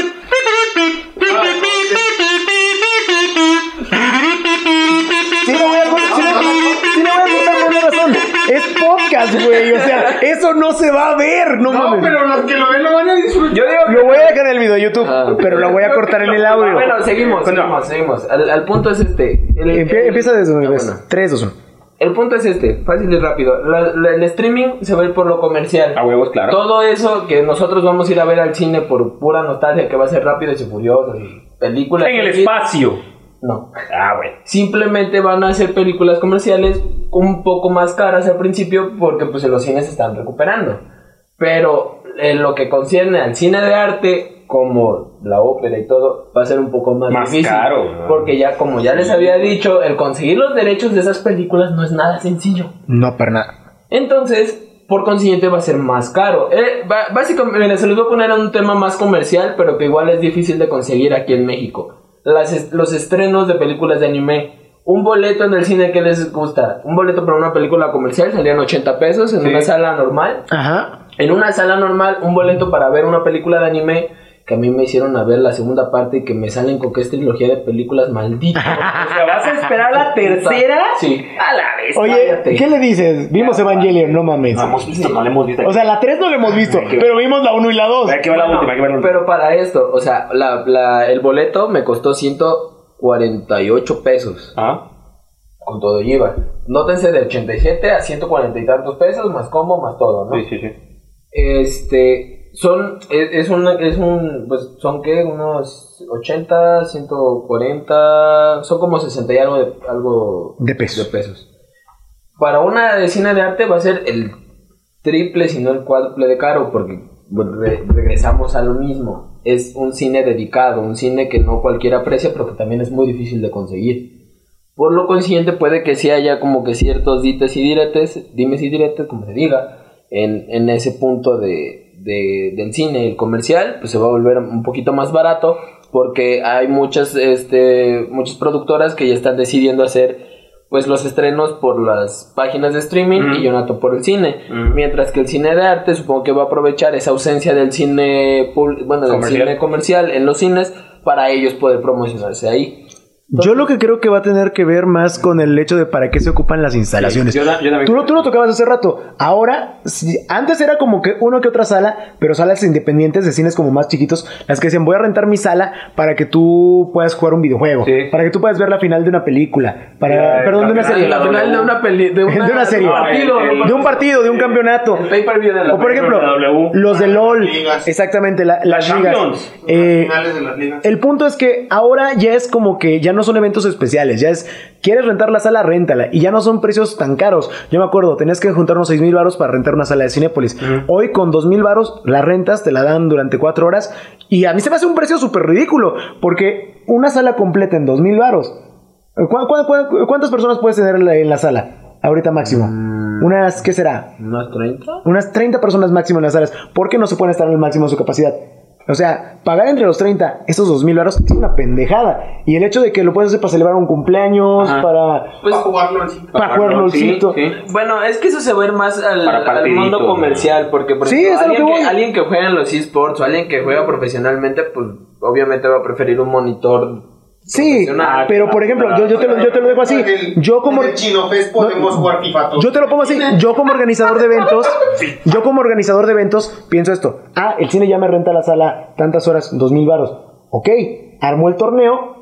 Sí, le voy a cortar, sí, le- sí le voy a cortar por una razón. Es podcast, güey. O sea, eso no se va a ver, no,
No,
mames.
pero los que lo ven lo van a disfrutar.
Yo digo
Lo voy a dejar en el video de YouTube,
Ah.
pero lo voy a cortar en el audio.
Bueno, seguimos, seguimos, seguimos. Al, al punto es este. El-
Empie-
Eh,
el-
empieza desde
Ah,
donde ves.
bueno.
3, 2, 1.
El punto es este, fácil y rápido. La- la- el streaming se ve por lo comercial.
A huevos, claro.
Todo eso que nosotros vamos a ir a ver al cine por pura nostalgia, que va a ser rápido y furioso y películas.
en el
X,
espacio.
No.
Ah, güey.
Simplemente van a hacer películas comerciales un poco más caras al principio porque pues los cines se están recuperando. Pero en lo que concierne al cine de arte, como la ópera y todo, va a ser un poco más,
Más
difícil.
caro, ¿no?
Porque ya, como ya les había dicho, el conseguir los derechos de esas películas no es nada sencillo.
No, para nada.
Entonces, por consiguiente, va a ser más caro. Eh, ba- básicamente, mira, se los voy a poner a un tema más comercial, pero que igual es difícil de conseguir aquí en México. Las est- los estrenos de películas de anime. Un boleto en el cine que les gusta. Un boleto para una película comercial salían 80 pesos en una sala normal.
Ajá.
En una sala normal, un boleto para ver una película de anime que a mí me hicieron a ver la segunda parte y que me salen con que es trilogía de películas malditas.
O sea, ¿vas a esperar la tercera?
Sí.
A la vez.
Oye,
Cállate.
¿qué le dices? Vimos Evangelion, no mames.
No hemos visto, no la hemos visto.
O sea, la 3 no la hemos visto, pero vimos la 1 y la 2.
Hay que ver la última, hay que ver la última.
Pero para esto, o sea, la- la- el boleto me costó 148 pesos
Ah,
con todo y IVA. Nótense de 87 a 140 y tantos pesos, más combo, más todo, ¿no?
sí, sí, sí.
Este, son, es, es un, es un, pues, son que unos 80, 140, son como 60 y algo de, algo
De pesos.
de pesos. Para una de cine de arte va a ser el triple, si no el cuádruple de caro, porque bueno, re- regresamos a lo mismo. Es un cine dedicado, un cine que no cualquiera aprecia, pero que también es muy difícil de conseguir. Por lo consiguiente, puede que sí haya como que ciertos dites y diretes, dimes y diretes, como se diga, en, en ese punto de, de- del cine, el comercial, pues se va a volver un poquito más barato, porque hay muchas, este, muchas productoras que ya están decidiendo hacer pues los estrenos por las páginas de streaming
Ujú.
y Jonathan por el cine.
Ujú.
Mientras que el cine de arte supongo que va a aprovechar esa ausencia del cine pub- bueno, del
Comercial.
cine comercial en los cines para ellos poder promocionarse ahí.
Yo lo que creo que va a tener que ver más con el hecho de para qué se ocupan las instalaciones.
Yo, ta- yo también.
Tú lo, tú lo tocabas hace rato. Ahora, sí, antes era como que uno que otra sala, pero salas independientes de cines como más chiquitos, las que decían voy a rentar mi sala para que tú puedas jugar un videojuego,
Sí.
para que tú puedas ver la final de una película, para,
Ya,
perdón, de una
la
serie,
final, la
de una peli de
[LAUGHS] de una serie, Ah,
de un partido,
el-
de un partido, de un campeonato.
el pay-per-view de la
O por ejemplo,
la W.
los de LOL,
Ligas.
exactamente, la- las
Las
ligas.
Champions.
Eh,
Finales de las ligas.
el punto es que ahora ya es como que ya no son eventos especiales, ya es, quieres rentar la sala, réntala. Y ya no son precios tan caros. Yo me acuerdo, tenías que juntar unos 6 mil varos para rentar una sala de Cinépolis. Hoy con 2 mil varos, las rentas te la dan durante 4 horas. Y a mí se me hace un precio súper ridículo, porque una sala completa en 2 mil varos. ¿cu- cu- cu- cuántas personas puedes tener en la- en la sala? Ahorita máximo. Unas, ¿qué será?
¿Unas 30?
Unas 30 personas máximo en las salas. ¿Por qué no se pueden estar al máximo de su capacidad? O sea, pagar entre los 30 esos 2 mil varos es una pendejada. Y el hecho de que lo puedes hacer para celebrar un cumpleaños,
Ajá.
para,
Pues,
Para jugarlo así.
para jugar
Perdón, sí,
LOLcito.
Ah, sí.
bueno, es que eso se va a ir más al,
Para
al
partidito,
mundo comercial, porque por
Sí,
ejemplo,
es a lo
alguien,
que
que,
voy.
alguien que juega en los esports o alguien que juega profesionalmente, pues obviamente va a preferir un monitor.
Sí,
profesional.
pero por ejemplo, yo, yo te lo, yo te lo dejo así.
En el-
Yo como...
En el Chino Fest podemos jugar FIFA todos.
Yo te lo pongo así, yo como organizador de eventos, yo como organizador de eventos pienso esto, ah, el cine ya me renta la sala tantas horas, dos mil varos, ok, armó el torneo,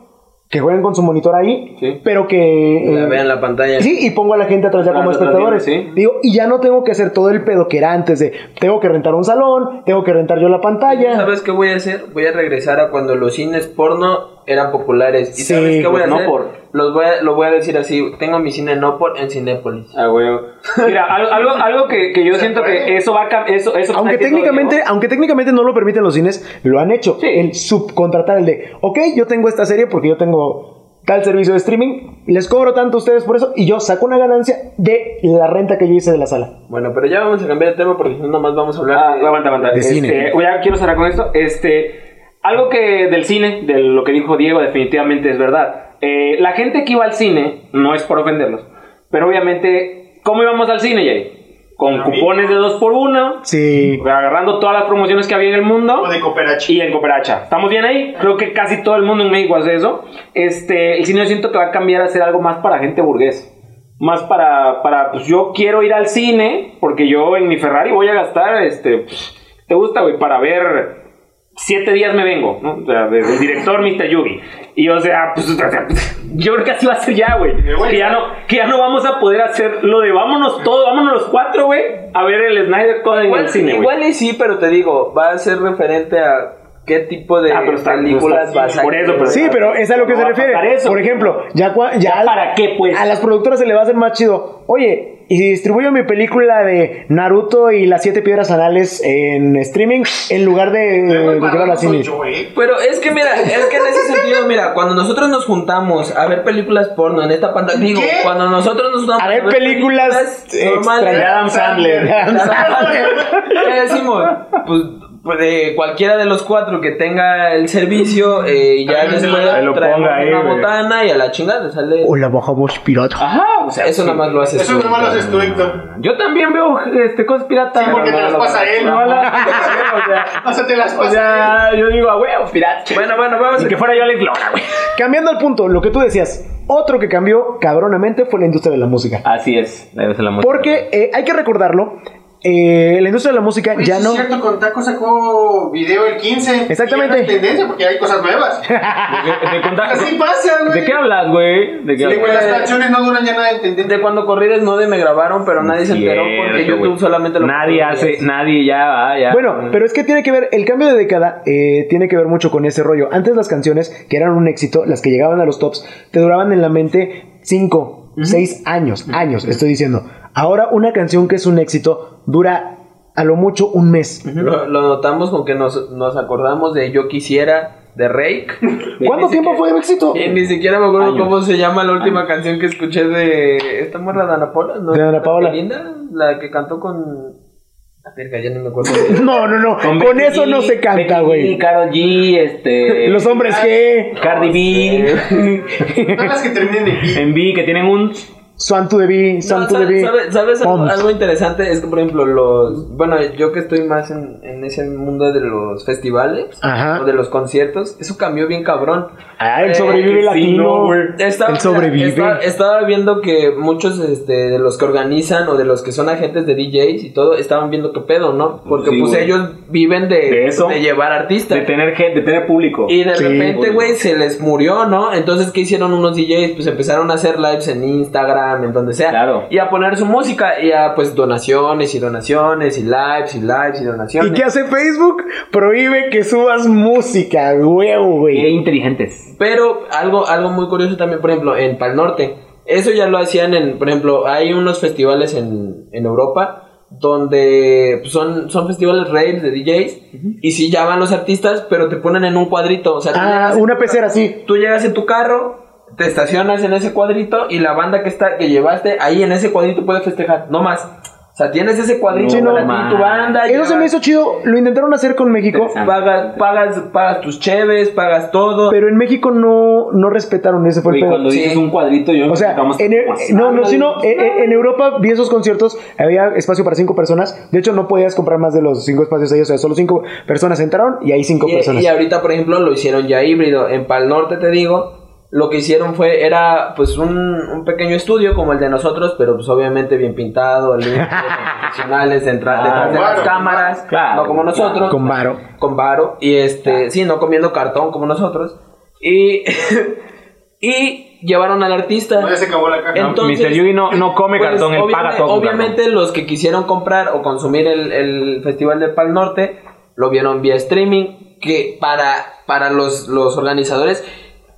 que jueguen con su monitor ahí,
Sí.
pero que...
La
eh,
vean la pantalla.
Sí, y pongo a la gente atrás ya
Atrás,
como
atrás,
espectadores.
Ah, sí.
Digo, y ya no tengo que hacer todo el pedo que era antes de tengo que rentar un salón, tengo que rentar yo la
Ah,
pantalla.
¿Sabes qué voy a hacer? Voy a regresar a cuando los cines porno eran populares. ¿Y
Sí,
sabes qué voy a
pues, no
hacer?
por.
Los voy a, lo voy a decir así. Tengo mi cine no por en Cinépolis.
Ah,
[LAUGHS]
huevo. Mira, al- algo, algo que, que yo siento que eso va a cam- eso,
Aunque
eso está haciendo
técnicamente,
Diego.
aunque técnicamente no lo permiten los cines, lo han hecho.
Sí.
El subcontratar el de, ok, yo tengo esta serie porque yo tengo tal servicio de streaming, les cobro tanto a ustedes por eso y yo saco una ganancia de la renta que yo hice de la sala.
Bueno, pero ya vamos a cambiar de tema porque si no nomás vamos a hablar
Ah,
de-
aguanta, aguanta.
De
Este,
cine.
Ya quiero cerrar con esto. Este, algo que del cine, de lo que dijo Diego, definitivamente es verdad. Eh, la gente que iba al cine, no es por ofenderlos, pero obviamente, ¿cómo íbamos al cine, Jay? Con
A mí.
cupones de 2x1,
Sí.
agarrando todas las promociones que había en el mundo.
O de cooperachi.
y en Cooperacha. ¿Estamos bien ahí? Creo que casi todo el mundo en México hace eso. Este, el cine yo siento que va a cambiar a ser algo más para gente burgués. Más para, para, pues yo quiero ir al cine porque yo en mi Ferrari voy a gastar, este, pues, ¿te gusta, güey? Para ver siete días me vengo, ¿no? O sea, desde el director Mr. Yugi. Y o sea, pues, o sea, pues, yo creo que así va a ser ya, güey.
voy.
Que ya no, que ya no vamos a poder hacer lo de vámonos todos, vámonos los cuatro, güey, a ver el Snyder Code en el
Igual,
cine, güey.
igual y sí, pero te digo, va a ser referente a qué tipo de
Ah, pero está-
películas
está-
vas a
por eso, pero-
Sí, pero es a lo que
No
se
va a pasar
refiere.
eso.
Por ejemplo, ya, cua- ya,
¿Ya para qué, pues?
A las productoras se le va a hacer más chido. Oye, y si distribuyo mi película de Naruto y las siete piedras anales en streaming en lugar de, Eh, de
Luego el
llevarla a
marrano soy
cine.
yo, ¿eh?
Pero es que mira, es que en ese sentido, mira, cuando nosotros nos juntamos a ver películas porno en esta pantalla, digo,
¿Qué?
cuando nosotros nos juntamos
A ver películas
normales,
extra de Adam Sandler.
¿Qué decimos? Pues, pues, de cualquiera de los cuatro que tenga el servicio, eh, ya
Ahí se
después
lo- se
lo
traemos
ponga ahí,
una
güey.
botana y a la chingada sale.
O la bajamos pirata.
Ajá, o sea,
Eso nada más lo haces.
Eso
tú.
nomás lo haces tú, Héctor.
Yo también veo este, cosas piratas.
Sí, porque te las pasa él.
No, no, no, o
[LAUGHS]
sea,
Pásate las
o
pasas.
sea, yo digo, a huevo, pirata.
Bueno, bueno, vamos
Ni
a
que fuera yo Alex Lora, güey.
Cambiando al punto, lo que tú decías, otro que cambió cabronamente fue la industria de la música.
Así es, debe ser la música.
Porque eh, hay que recordarlo, eh, la industria de la música
Oye,
ya
sí
no...
Es cierto, con Taco sacó video el 15.
Exactamente.
Y era tendencia porque hay cosas nuevas.
¿De, de contar-
Así pasa, güey.
¿De qué hablas, güey? ¿De qué
Sí, güey,
hablas?
las canciones no duran ya nada
[LAUGHS]
en tendencia.
De cuando corrí no me grabaron, pero nadie se enteró porque
Cierto,
YouTube
güey.
solamente lo
Nadie
puso en
hace,
días.
nadie ya, ah, ya.
Bueno, pero es que tiene que ver, el cambio de década eh, tiene que ver mucho con ese rollo. Antes las canciones que eran un éxito, las que llegaban a los tops, te duraban en la mente 5, 6 años, años, estoy diciendo. Ahora una canción que es un éxito dura a lo mucho un mes.
Lo, lo notamos con que nos, nos acordamos de Yo Quisiera, de Rake.
¿Cuánto tiempo fue el éxito?
Y ni siquiera me acuerdo
Años.
cómo se llama la última canción que escuché de esta morra de Ana Paula, ¿no?
De Dana Paola.
Linda, la que cantó con. La verga, ya no me acuerdo.
[LAUGHS] [LAUGHS] No, no, no, con,
Becky
eso no
G,
se canta,
Becky
güey.
G, Karol G,
[LAUGHS]
este.
Los hombres
[LAUGHS]
Este. que...
Cardi B.
Todas las que terminen en pi.
En B, que tienen un.
Swan to the Bee, Swan
No,
to the
¿sabe-
Bee.
sabe- ¿Sabes algo,
Pumps.
algo interesante? Es que, por ejemplo, los. Bueno, yo que estoy más en, en ese mundo de los festivales
Ajá.
o de los conciertos, eso cambió bien cabrón.
Ah, el
Eh,
sobrevive
sí,
latino.
no, güey.
Estaba,
el sobrevive.
estaba- estaba viendo que muchos este, de los que organizan o de los que son agentes de DJs y todo estaban viendo qué pedo, ¿no? Porque
Sí,
pues
güey.
ellos viven de,
De eso.
de llevar artistas.
De tener gente, de tener público.
y de
Sí,
repente,
güey.
güey, se les murió, ¿no? Entonces, ¿qué hicieron unos DJs? Pues empezaron a hacer lives en Instagram, Instagram, en donde sea.
Claro.
Y a poner su música y a pues donaciones y donaciones y lives y lives y donaciones.
¿Y qué hace Facebook? Prohíbe que subas música, huevo,
Qué
E
güey.
inteligentes.
Pero algo, algo muy curioso también, por ejemplo, en Pal Norte. Eso ya lo hacían en, por ejemplo, hay unos festivales en, en Europa donde pues, son, son festivales raves de DJs y sí ya van los artistas, pero te ponen en un cuadrito. O sea, tú
Ah,
llegas-
una pecera así.
tú llegas en tu carro, te estacionas en ese cuadrito y la banda que está que llevaste ahí en ese cuadrito puede festejar, no más. O sea, tienes ese cuadrito
No
para ti y tu
más.
banda.
Eso se me
llevas-
hizo chido. Lo intentaron hacer con México,
Interesante.
pagas, pagas, pagas tus cheves, pagas todo.
pero en México no, no respetaron ese fue el
Güey,
pedo.
cuando dices
Sí.
un cuadrito, yo
O sea,
digamos,
en,
como así. Ah,
no, no, sino, en, en- en Europa vi esos conciertos, había espacio para cinco personas. De hecho, no podías comprar más de los cinco espacios ahí, o sea, solo cinco personas entraron y ahí cinco
Y-
personas.
Y, ahorita, por ejemplo, lo hicieron ya híbrido. En Pal Norte, te digo, lo que hicieron fue, era pues un, un pequeño estudio como el de nosotros, pero pues obviamente bien pintado, limpio, con profesionales detrás, detrás de
Claro.
las cámaras,
Claro.
no como nosotros.
Con varo.
Con varo. Y este, sí, no comiendo cartón como nosotros. Y, [LAUGHS] y llevaron al artista.
No, ya se acabó la caja.
En- entonces,
Mr. Yugi no, no come
Pues,
cartón, él paga
obviamente,
todo. con
obviamente los que quisieron comprar o consumir el, el festival del Pal Norte lo vieron vía streaming que para para los, los organizadores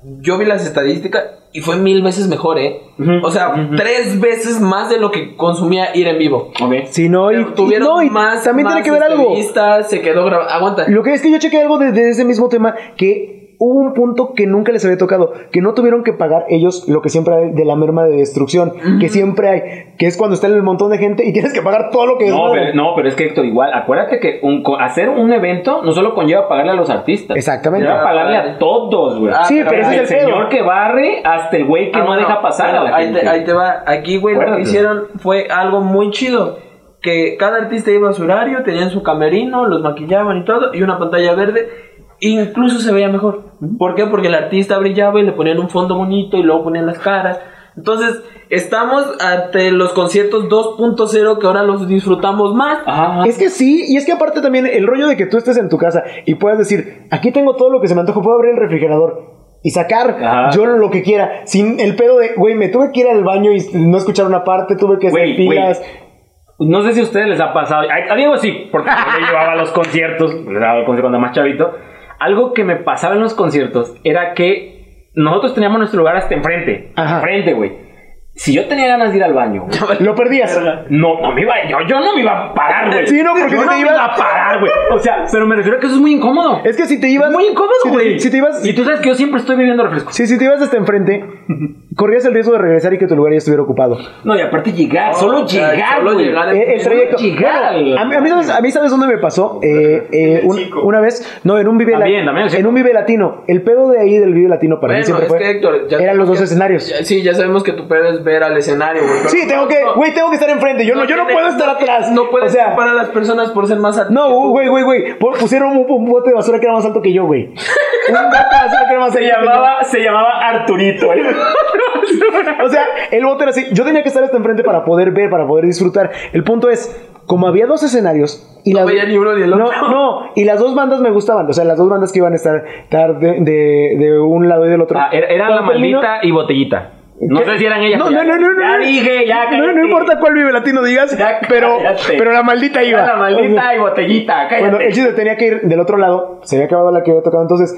yo vi las estadísticas y fue mil veces mejor eh o sea tres veces más de lo que consumía ir en vivo
Ok.
Si no, y,
tuvieron
no, y
más
también tiene
más,
que ver
este,
algo.
vistas, se quedó grabado aguanta
Lo que es que yo chequé algo de, de ese mismo tema que hubo un punto que nunca les había tocado, que no tuvieron que pagar ellos lo que siempre hay de la merma de destrucción, que siempre hay, que es cuando está el montón de gente y tienes que pagar todo lo que
No
desmadran.
pero, no, pero es que Héctor, igual, acuérdate que un co- hacer un evento no solo conlleva pagarle a los artistas.
Exactamente.
Lleva a pagarle a todos, güey.
Ah,
sí,
pero
pero ese
Desde
es el pedo.
señor que barre hasta el güey que
Ah,
no
bueno,
deja pasar
bueno,
a la
ahí
gente.
Te, ahí te va. Aquí, güey, lo que
Acuérdate.
hicieron fue algo muy chido. Que cada artista iba a su horario, tenían su camerino, los maquillaban y todo, y una pantalla verde. Incluso se veía mejor. ¿Por qué? Porque el artista brillaba y le ponían un fondo bonito y luego ponían las caras. Entonces, estamos ante los conciertos 2.0 que ahora los disfrutamos más.
Ajá.
Es que sí, y es que aparte también el rollo de que tú estés en tu casa y puedas decir, aquí tengo todo lo que se me antoja, puedo abrir el refrigerador y sacar
Ajá.
yo lo que quiera, sin el pedo de, güey, me tuve que ir al baño y no escuchar una parte, tuve que hacer
Güey,
filas.
No sé si a ustedes les ha pasado. A, a Diego sí, porque yo le llevaba a los conciertos, le daba el concierto cuando era más chavito. Algo que me pasaba en los conciertos era que nosotros teníamos nuestro lugar hasta enfrente.
Ajá.
Enfrente, güey. Si yo tenía ganas de ir al baño,
[LAUGHS]
güey,
Lo perdías.
no, no me iba, yo, yo no me iba a parar, güey.
Sí, no, porque
yo
si
no
te
me
ibas-
iba a parar, güey. O sea, pero me refiero a que eso es muy incómodo.
Es que si te ibas...
muy incómodo,
si te-
güey.
Si te ibas...
Y tú sabes que yo siempre estoy viviendo refrescos.
Sí, si te ibas hasta enfrente, corrías el riesgo de regresar y que tu lugar ya estuviera ocupado.
No, y aparte llegar, solo
o sea,
llegar,
solo
güey.
llegar.
Eh, el trayecto.
Llegar al-
a, mí, a mí ¿sabes, a mí ¿sabes dónde me pasó? Eh, eh, un-
Chico.
una vez, no, en un Vive, la-
También, también, sí.
en un vive Latino. El pedo de ahí del Vive Latino para mí
Bueno,
siempre
es
fue.
que, Héctor, ya-
eran los dos
ya-
escenarios.
ya- sí, ya sabemos que tu pedo es ver al escenario, güey. pero
sí, tengo que,
no-
güey, tengo que estar enfrente. Yo no, yo no
tiene-
puedo estar atrás.
No puedes
o sea,
para las personas por ser más altas que tú.
no, güey, güey, güey. Pu- Pusieron un, un bote de basura que era más alto que yo, güey. Un bote de basura que era más alto
Se
que yo.
llamaba, se llamaba Arturito. ¿eh?
[LAUGHS] O sea, el bote era así. Yo tenía que estar hasta enfrente para poder ver, para poder disfrutar. El punto es, como había dos escenarios y
No
las-
veía ni uno ni el
No,
otro.
no, y las dos bandas me gustaban. O sea, las dos bandas que iban a estar estar de, de- de un lado y del otro.
Ah, era, era la
Cuando terminó-
maldita y botellita. No
¿Qué?
sé si eran ellas.
No, no,
pero
no,
ya-
no, no.
Ya
no.
dije, ya
No,
cállate.
no importa cuál vive latino digas,
Ya
pero,
cállate.
pero la maldita iba.
Era la maldita y botellita. Cállate.
Bueno, el chiste tenía que ir del otro lado. Se había acabado la que había tocado. Entonces,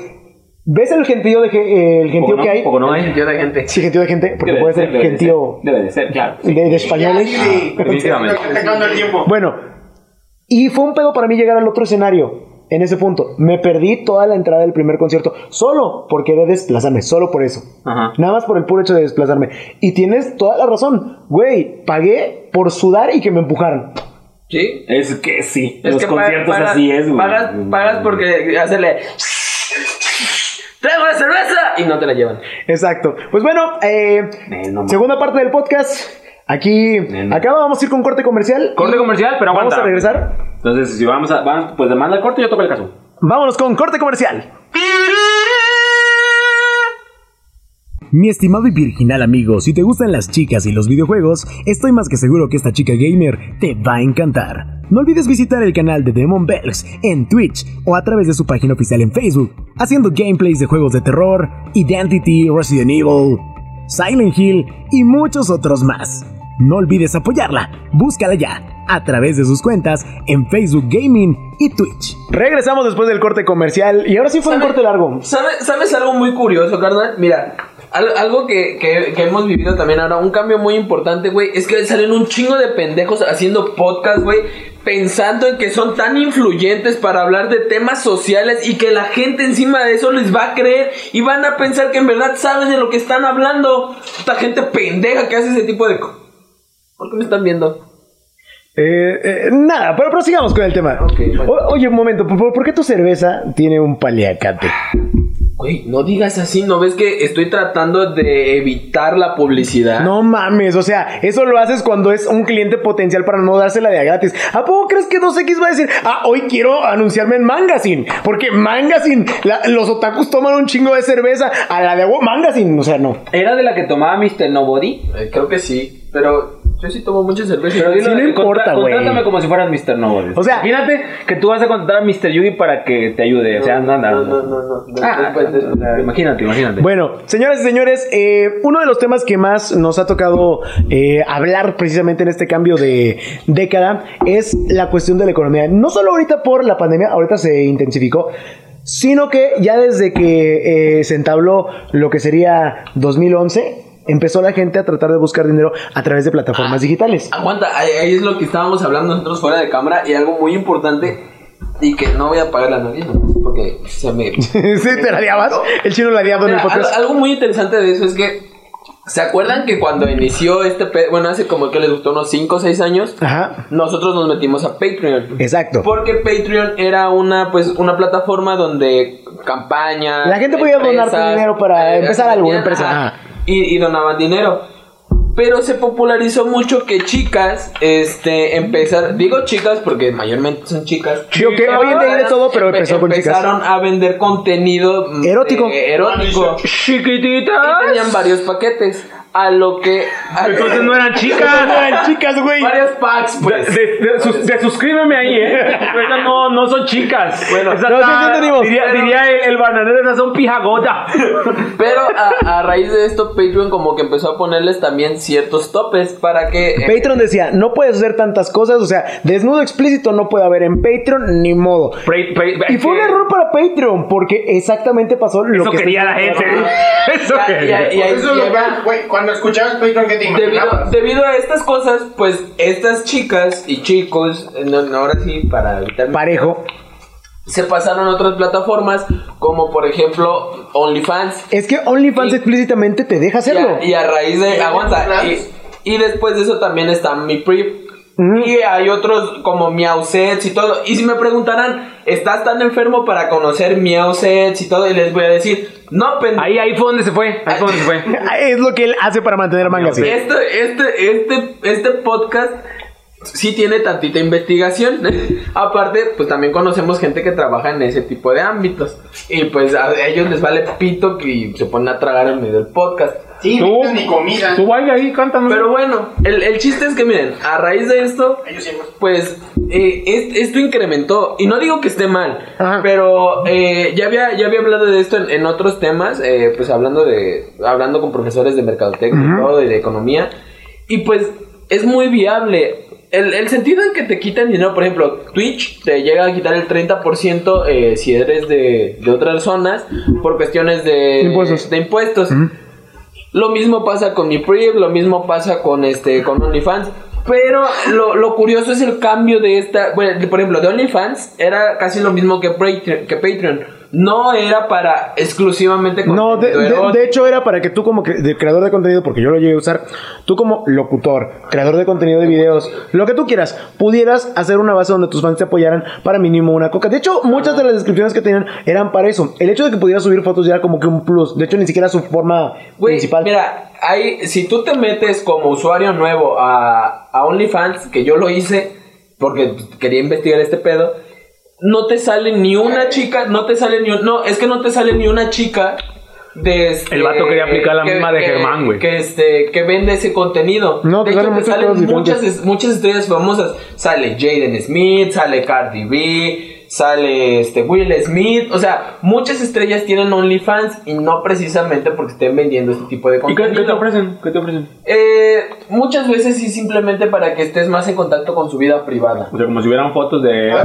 ¿ves el gentío de ge- el gentío
Poco no,
que hay?
poco no, ¿eh?
Yo de gente.
Sí, gentío de gente, porque
Debe
puede
de
ser
debe de
gentío
ser, Debe de ser, claro.
de, de españoles.
Ya, sí.
definitivamente.
Está atacando el tiempo.
Bueno, y fue un pedo para mí llegar al otro escenario. En ese punto, me perdí toda la entrada del primer concierto solo por querer desplazarme, solo por eso.
Ajá.
Nada más por el puro hecho de desplazarme. Y tienes toda la razón, güey, pagué por sudar y que me empujaran.
Sí.
Es que sí.
Es
los
que paga-
conciertos
pagas-
así es, güey.
Pagas, pagas porque hacerle. ¡Traigo la cerveza! Y no te la llevan.
Exacto. Pues bueno, eh,
Eh, no mames.
segunda parte del podcast. Aquí,
no.
acá vamos a ir con corte comercial.
Corte comercial, pero
Vamos
aguanta.
a regresar.
Entonces, si vamos a. van- pues demanda el corte, yo toco el caso.
Vámonos con corte comercial. Mi estimado y virginal amigo, si te gustan las chicas y los videojuegos, estoy más que seguro que esta chica gamer te va a encantar. No olvides visitar el canal de Demon Bells en Twitch o a través de su página oficial en Facebook, haciendo gameplays de juegos de terror, Identity, Resident Evil,
Silent Hill y muchos otros más. No olvides apoyarla, búscala ya a través de sus cuentas en Facebook Gaming y Twitch.
Regresamos después del corte comercial y ahora sí fue un
¿Sabe-
corte largo.
¿sabe- ¿Sabes algo muy curioso, carnal? Mira, al- algo que, que- que hemos vivido también ahora, un cambio muy importante, güey, es que salen un chingo de pendejos haciendo podcast, güey, pensando en que son tan influyentes para hablar de temas sociales y que la gente encima de eso les va a creer y van a pensar que en verdad sabes de lo que están hablando. Esta gente pendeja que hace ese tipo de... co- ¿Por qué me están viendo?
Eh, eh, nada, pero prosigamos con el tema.
Ok, bueno.
O- oye, un momento, ¿por, por- por qué tu cerveza tiene un paliacate?
Güey, no digas así, ¿no ves que estoy tratando de evitar la publicidad?
No mames, o sea, eso lo haces cuando es un cliente potencial para no dársela de a gratis. ¿A poco crees que 2X va a decir, ah, hoy quiero anunciarme en Mangazine? Porque Mangazine, la- los otakus toman un chingo de cerveza a la de agua Mangazine, o sea, no.
¿Era de la que tomaba Mr. Nobody?
Eh, creo que sí, pero yo sí tomo mucha cerveza.
Pero
Sí,
dilo-
no importa, güey.
Contrátame como si fueras Mr. Nobody.
O sea-
imagínate que tú vas a contratar a Mr. Yugi para que te ayude. o sea, anda, anda.
No, no, no, no. no,
Ah,
no, no,
o sea,
no.
imagínate, imagínate.
Bueno, señoras y señores, eh, uno de los temas que más nos ha tocado eh, hablar precisamente en este cambio de década es la cuestión de la economía. No solo ahorita por la pandemia, ahorita se intensificó, sino que ya desde que eh, se entabló lo que sería 2011, empezó la gente a tratar de buscar dinero a través de plataformas
Ah.
digitales. [LAUGHS]
Aguanta, ahí, ahí es lo que estábamos hablando nosotros fuera de cámara y algo muy importante y que no voy a apagar la nariz ¿no? porque se
[LAUGHS]
me...
¿Sí te la diabas? El chino la diabas en el
Mira, algo,
podcast.
algo muy interesante de eso es que... ¿Se acuerdan que cuando inició este... pe- Bueno, hace como que les gustó unos 5 o 6 años,
Ajá,
nosotros nos metimos a Patreon.
exacto.
Porque Patreon era una pues una plataforma donde campañas.
La gente podía donar
empresas, eh,
dinero para empezar algo,
hacían,
empresa,
ajá,
ajá.
Y, y donaban dinero. Pero se popularizó mucho que chicas, este, empezaron, digo chicas porque mayormente son chicas.
Sí, ok, hoy en día hay de todo, pero
Empe-
empezó con chicas.
Empezaron a vender contenido mm,
Erótico.
eh, erótico. Y tenían varios paquetes. A lo que. a-
Entonces no eran chicas.
Chicas, güey.
Varios packs, pues.
De, de- sus- de suscríbeme ahí, eh. Esas no, no son chicas. Bueno,
no, sí, sí entendimos.
diría, diría el, el bananero, esas son pijagotas.
Pero a, a raíz de esto, Patreon como que empezó a ponerles también ciertos topes para que... eh,
Patreon decía, no puedes hacer tantas cosas, o sea, desnudo explícito no puede haber en Patreon, ni modo.
Pre- pre-
Y fue un
que-
error para Patreon, porque exactamente pasó lo
Eso
que...
quería la gente. Eso
Ya,
quería.
ya, Y ahí
Eso es lo
lleva-
que- güey, cuando escuchabas Patreon, ¿qué te
debido,
imaginabas?
debido a estas cosas, pues estas chicas y chicos, eh, no, no, ahora sí, para evitar...
Parejo.
se pasaron a otras plataformas como por ejemplo OnlyFans.
Es que OnlyFans
Y-
explícitamente te deja
Y
hacerlo.
a, y a raíz
Y
de... Aguanta.
OnlyFans.
Y, y después de eso también está mi prip. Y hay otros como Miausets y todo. Y si me preguntarán, ¿estás tan enfermo para conocer Miausets y todo? Y les voy a decir, no, pendejo.
Ahí, ahí fue donde se fue. Ahí fue donde se fue.
[LAUGHS] Es lo que él hace para mantener mangas. sí.
Este, este, este, este podcast sí tiene tantita investigación. [LAUGHS] Aparte, pues también conocemos gente que trabaja en ese tipo de ámbitos. Y pues a ellos les vale pito que se ponen a tragar en medio del podcast.
Sí, no
Tú.
tienes ni comida.
Tú vaya ahí, cántanos.
Pero bueno, el, el chiste es que miren, a raíz de esto,
Ellos siempre.
pues eh, es- esto incrementó. Y no digo que esté mal,
Ajá.
pero eh, ya, había, ya había hablado de esto en, en otros temas, eh, pues hablando, de, hablando con profesores de mercadotecnia y todo, y de economía. Y pues es muy viable. El, el sentido en que te quitan dinero, por ejemplo, Twitch te llega a quitar el 30% eh, si eres de, de otras zonas por cuestiones de
Impuestos.
De impuestos. Lo mismo pasa con mi Prip, lo mismo pasa con este con OnlyFans. Pero lo, lo curioso es el cambio de esta. Bueno, de- por ejemplo, de OnlyFans era casi lo mismo que Patreon. Que Patreon. No era para exclusivamente
No, de,
contenido
de-
erótico.
de hecho era para que tú como cre- de creador de contenido, porque yo lo llegué a usar, tú como locutor, creador de contenido de videos, lo que tú quieras, pudieras hacer una base donde tus fans te apoyaran para mínimo una coca. De hecho, muchas de las descripciones que tenían eran para eso. El hecho de que pudieras subir fotos ya era como que un plus. De hecho, ni siquiera su forma
Güey,
principal.
Mira, ahí, si tú te metes como usuario nuevo a, a OnlyFans, que yo lo hice porque quería investigar este pedo, no te sale ni una chica, no te sale ni un- no, es que no te sale ni una chica de este-
El vato quería aplicar la misma de Germán, güey.
Que este que vende ese contenido.
No,
de
te
hecho,
salen
te
muchas
salen
cosas
muchas
diferentes.
es- muchas estrellas famosas. Sale Jaden Smith, sale Cardi B, sale este Will Smith, o sea, muchas estrellas tienen OnlyFans y no precisamente porque estén vendiendo este tipo de
¿Y qué,
contenido.
qué te ofrecen? ¿Qué te ofrecen?
Eh, muchas veces sí simplemente para que estés más en contacto con su vida privada.
O sea, como si hubieran fotos de.
Ah,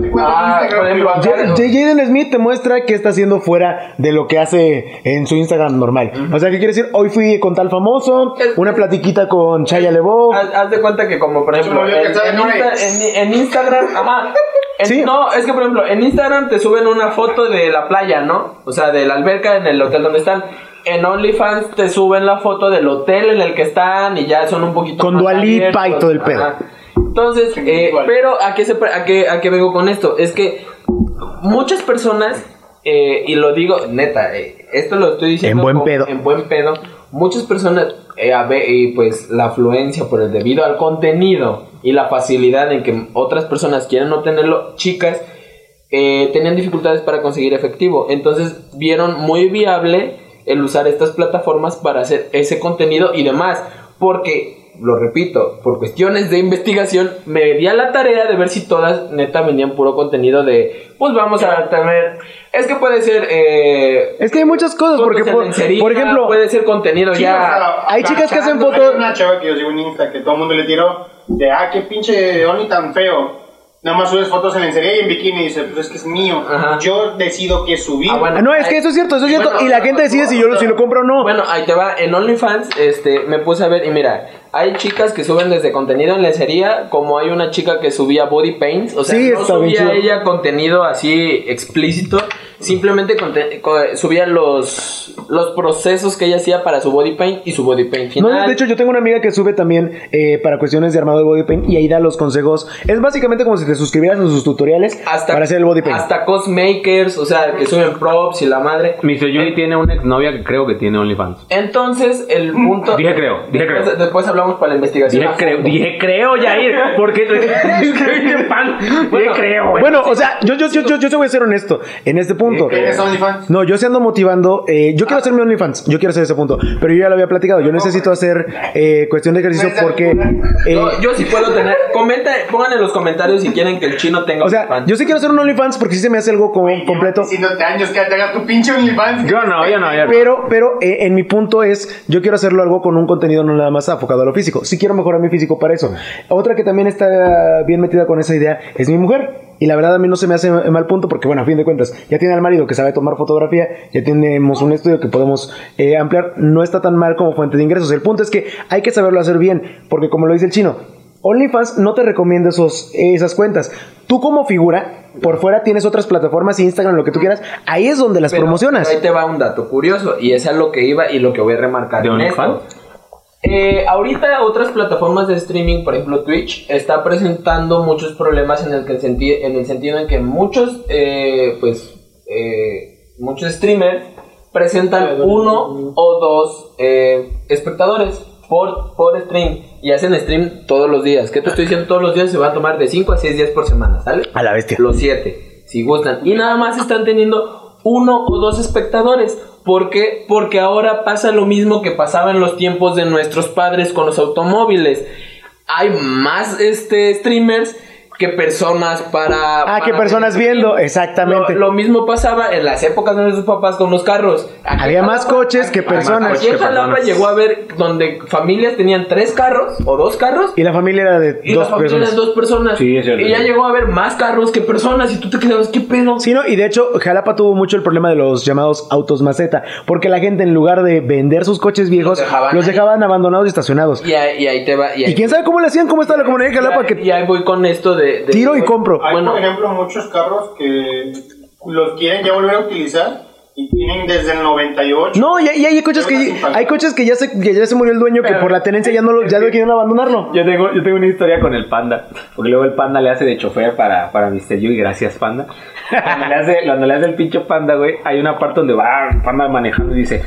por ejemplo, acá-
J- J- Jaden Smith te muestra que está haciendo fuera de lo que hace en su Instagram normal. O sea, ¿qué quiere decir? Hoy fui con tal famoso,
El-
una platiquita con Chaya LeBeau.
Haz, haz de cuenta que como por ejemplo
Yo
en,
lo había pensado,
en
no,
Insta- en- en Instagram,
[LAUGHS]
ajá, en-
Sí.
no, es que por ejemplo en Instagram te suben una foto de la playa, ¿no? O sea, de la alberca en el hotel donde están. En OnlyFans te suben la foto del hotel en el que están y ya son un poquito
Con
más
Dua Lipa
abiertos,
y todo el pedo.
ajá. Entonces, eh, pero ¿a qué, se, pre- a, qué, ¿a qué vengo con esto? Es que muchas personas, eh, y lo digo neta, eh, esto lo estoy diciendo
En buen
con-
pedo.
En buen pedo. Muchas personas, eh, a ve- eh, pues la afluencia por el debido al contenido y la facilidad en que otras personas quieren obtenerlo, chicas, eh, tenían dificultades para conseguir efectivo. Entonces vieron muy viable el usar estas plataformas para hacer ese contenido y demás. Porque, lo repito, por cuestiones de investigación, me di a la tarea de ver si todas neta vendían puro contenido de, pues vamos a tener... Es que puede ser... Eh,
Es que hay muchas cosas,
fotos
porque
en
por,
lencería,
por ejemplo,
puede ser contenido ya...
hay chicas que hacen
Hay
fotos-
una chava que yo sigo en Insta que todo el mundo le tiró de, ah, qué pinche Only tan feo. Nada más subes fotos en lencería y en bikini y dice, pues es que es mío.
Ajá.
Yo decido qué subir.
Ah, bueno.
Ah, no, es que eso es cierto, eso es cierto.
Bueno,
y la gente decide si yo lo- si lo compro o no.
Bueno, ahí te va. En OnlyFans, este, me puse a ver y mira, hay chicas que suben desde contenido en lencería, como hay una chica que subía body paints, o sea,
Sí,
no
está bien
subía
chido.
ella contenido así explícito, simplemente conte- co- subía los los procesos que ella hacía para su body paint y su body paint
No,
final.
de hecho, yo tengo una amiga que sube también eh, para cuestiones de armado de body paint y ahí da los consejos. Es básicamente como si te suscribieras a sus tutoriales
hasta
para hacer el body paint.
hasta cosmakers, o sea, que suben props y la madre.
Mi Yuri tiene una exnovia que creo que tiene OnlyFans.
Entonces, el punto
Mm, Dije creo, dije
después,
creo.
después hablamos para la investigación.
Dije
a
creo,
fondo.
dije creo, Yair. [LAUGHS] Porque. Dije pan. Dije
Bueno,
creo, güey.
Bueno, o sea, yo, yo, yo, yo, yo te voy a ser honesto en este punto.
¿Tienes OnlyFans?
No, yo se ando motivando. eh, yo
Ah.
quiero hacer mi OnlyFans. Yo quiero hacer ese punto. Pero yo ya lo había platicado. Yo necesito hacer eh, cuestión de ejercicio porque. eh,
Yo, yo sí puedo tener. Comenta, pongan en los comentarios si quieren que el chino tenga
o sea,
OnlyFans.
yo sí quiero hacer un OnlyFans porque sí se me hace algo como completo.
Diciéndote años que te hagas tu pinche OnlyFans.
Yo no, yo no, yo no.
Pero, pero eh, en mi punto es, yo quiero hacerlo algo con un contenido no nada más enfocado a lo físico. Sí quiero mejorar mi físico para eso. Otra que también está bien metida con esa idea es mi mujer. Y la verdad a mí no se me hace mal punto porque, bueno, a fin de cuentas, ya tiene al marido que sabe tomar fotografía, ya tenemos un estudio que podemos eh, ampliar. No está tan mal como fuente de ingresos. El punto es que hay que saberlo hacer bien porque, como lo dice el chino, OnlyFans no te recomienda esos, esas cuentas. Tú como figura, por fuera tienes otras plataformas, Instagram, lo que tú quieras. Ahí es donde las
Pero-
promocionas.
pero Ahí te va un dato curioso y es a lo que iba y lo que voy a remarcar.
¿De
en
OnlyFans?
esto. Eh, ahorita otras plataformas de streaming, por ejemplo Twitch, está presentando muchos problemas en el, que senti- en el sentido en que muchos, eh, pues, eh, muchos streamers presentan uno o dos eh, espectadores por, por stream y hacen stream todos los días. ¿Qué te estoy diciendo? Todos los días se va a tomar de 5 a 6 días por semana, ¿sale?
A la bestia.
Los siete, si gustan. Y nada más están teniendo uno o dos espectadores. ¿Por qué? Porque ahora pasa lo mismo que pasaba en los tiempos de nuestros padres con los automóviles. Hay más este, streamers que personas para...
Ah,
para este
qué personas viendo, exactamente.
Lo, lo mismo pasaba en las épocas de nuestros papás con los carros. Aquí
Había más
Jalapa-
coches que
aquí-
personas.
Aquí en
Que personas.
Jalapa llegó a ver donde familias tenían tres carros o dos carros
Y la familia era de
y
dos
la familia
personas.
eran dos personas.
Sí, es cierto.
Y ya llegó a haber más carros que personas y tú te quedabas, ¿qué pedo?
Sí, ¿no? Y de hecho, Jalapa tuvo mucho el problema de los llamados autos maceta, porque la gente en lugar de vender sus coches viejos, los dejaban,
dejaban ahí.
abandonados y estacionados.
Y, ahí, y ahí te va. Y, ahí,
Y quién sabe cómo le hacían, cómo estaba la comunidad de Jalapa
y ahí-
que
y ahí voy con esto de... de-
tiro y compro.
Hay,
Bueno.
por ejemplo, muchos carros que los quieren ya volver a utilizar y tienen desde el 98.
No, y, y hay coches que hay coches que ya se que ya se murió el dueño que por la tenencia ya no lo, ya no quieren abandonarlo.
Yo tengo, yo tengo una historia con el panda. Porque luego el panda le hace de chofer para, para Mr. Yu y gracias, panda. Cuando le, hace, cuando le hace el pinche panda, güey, hay una parte donde va el panda manejando y dice: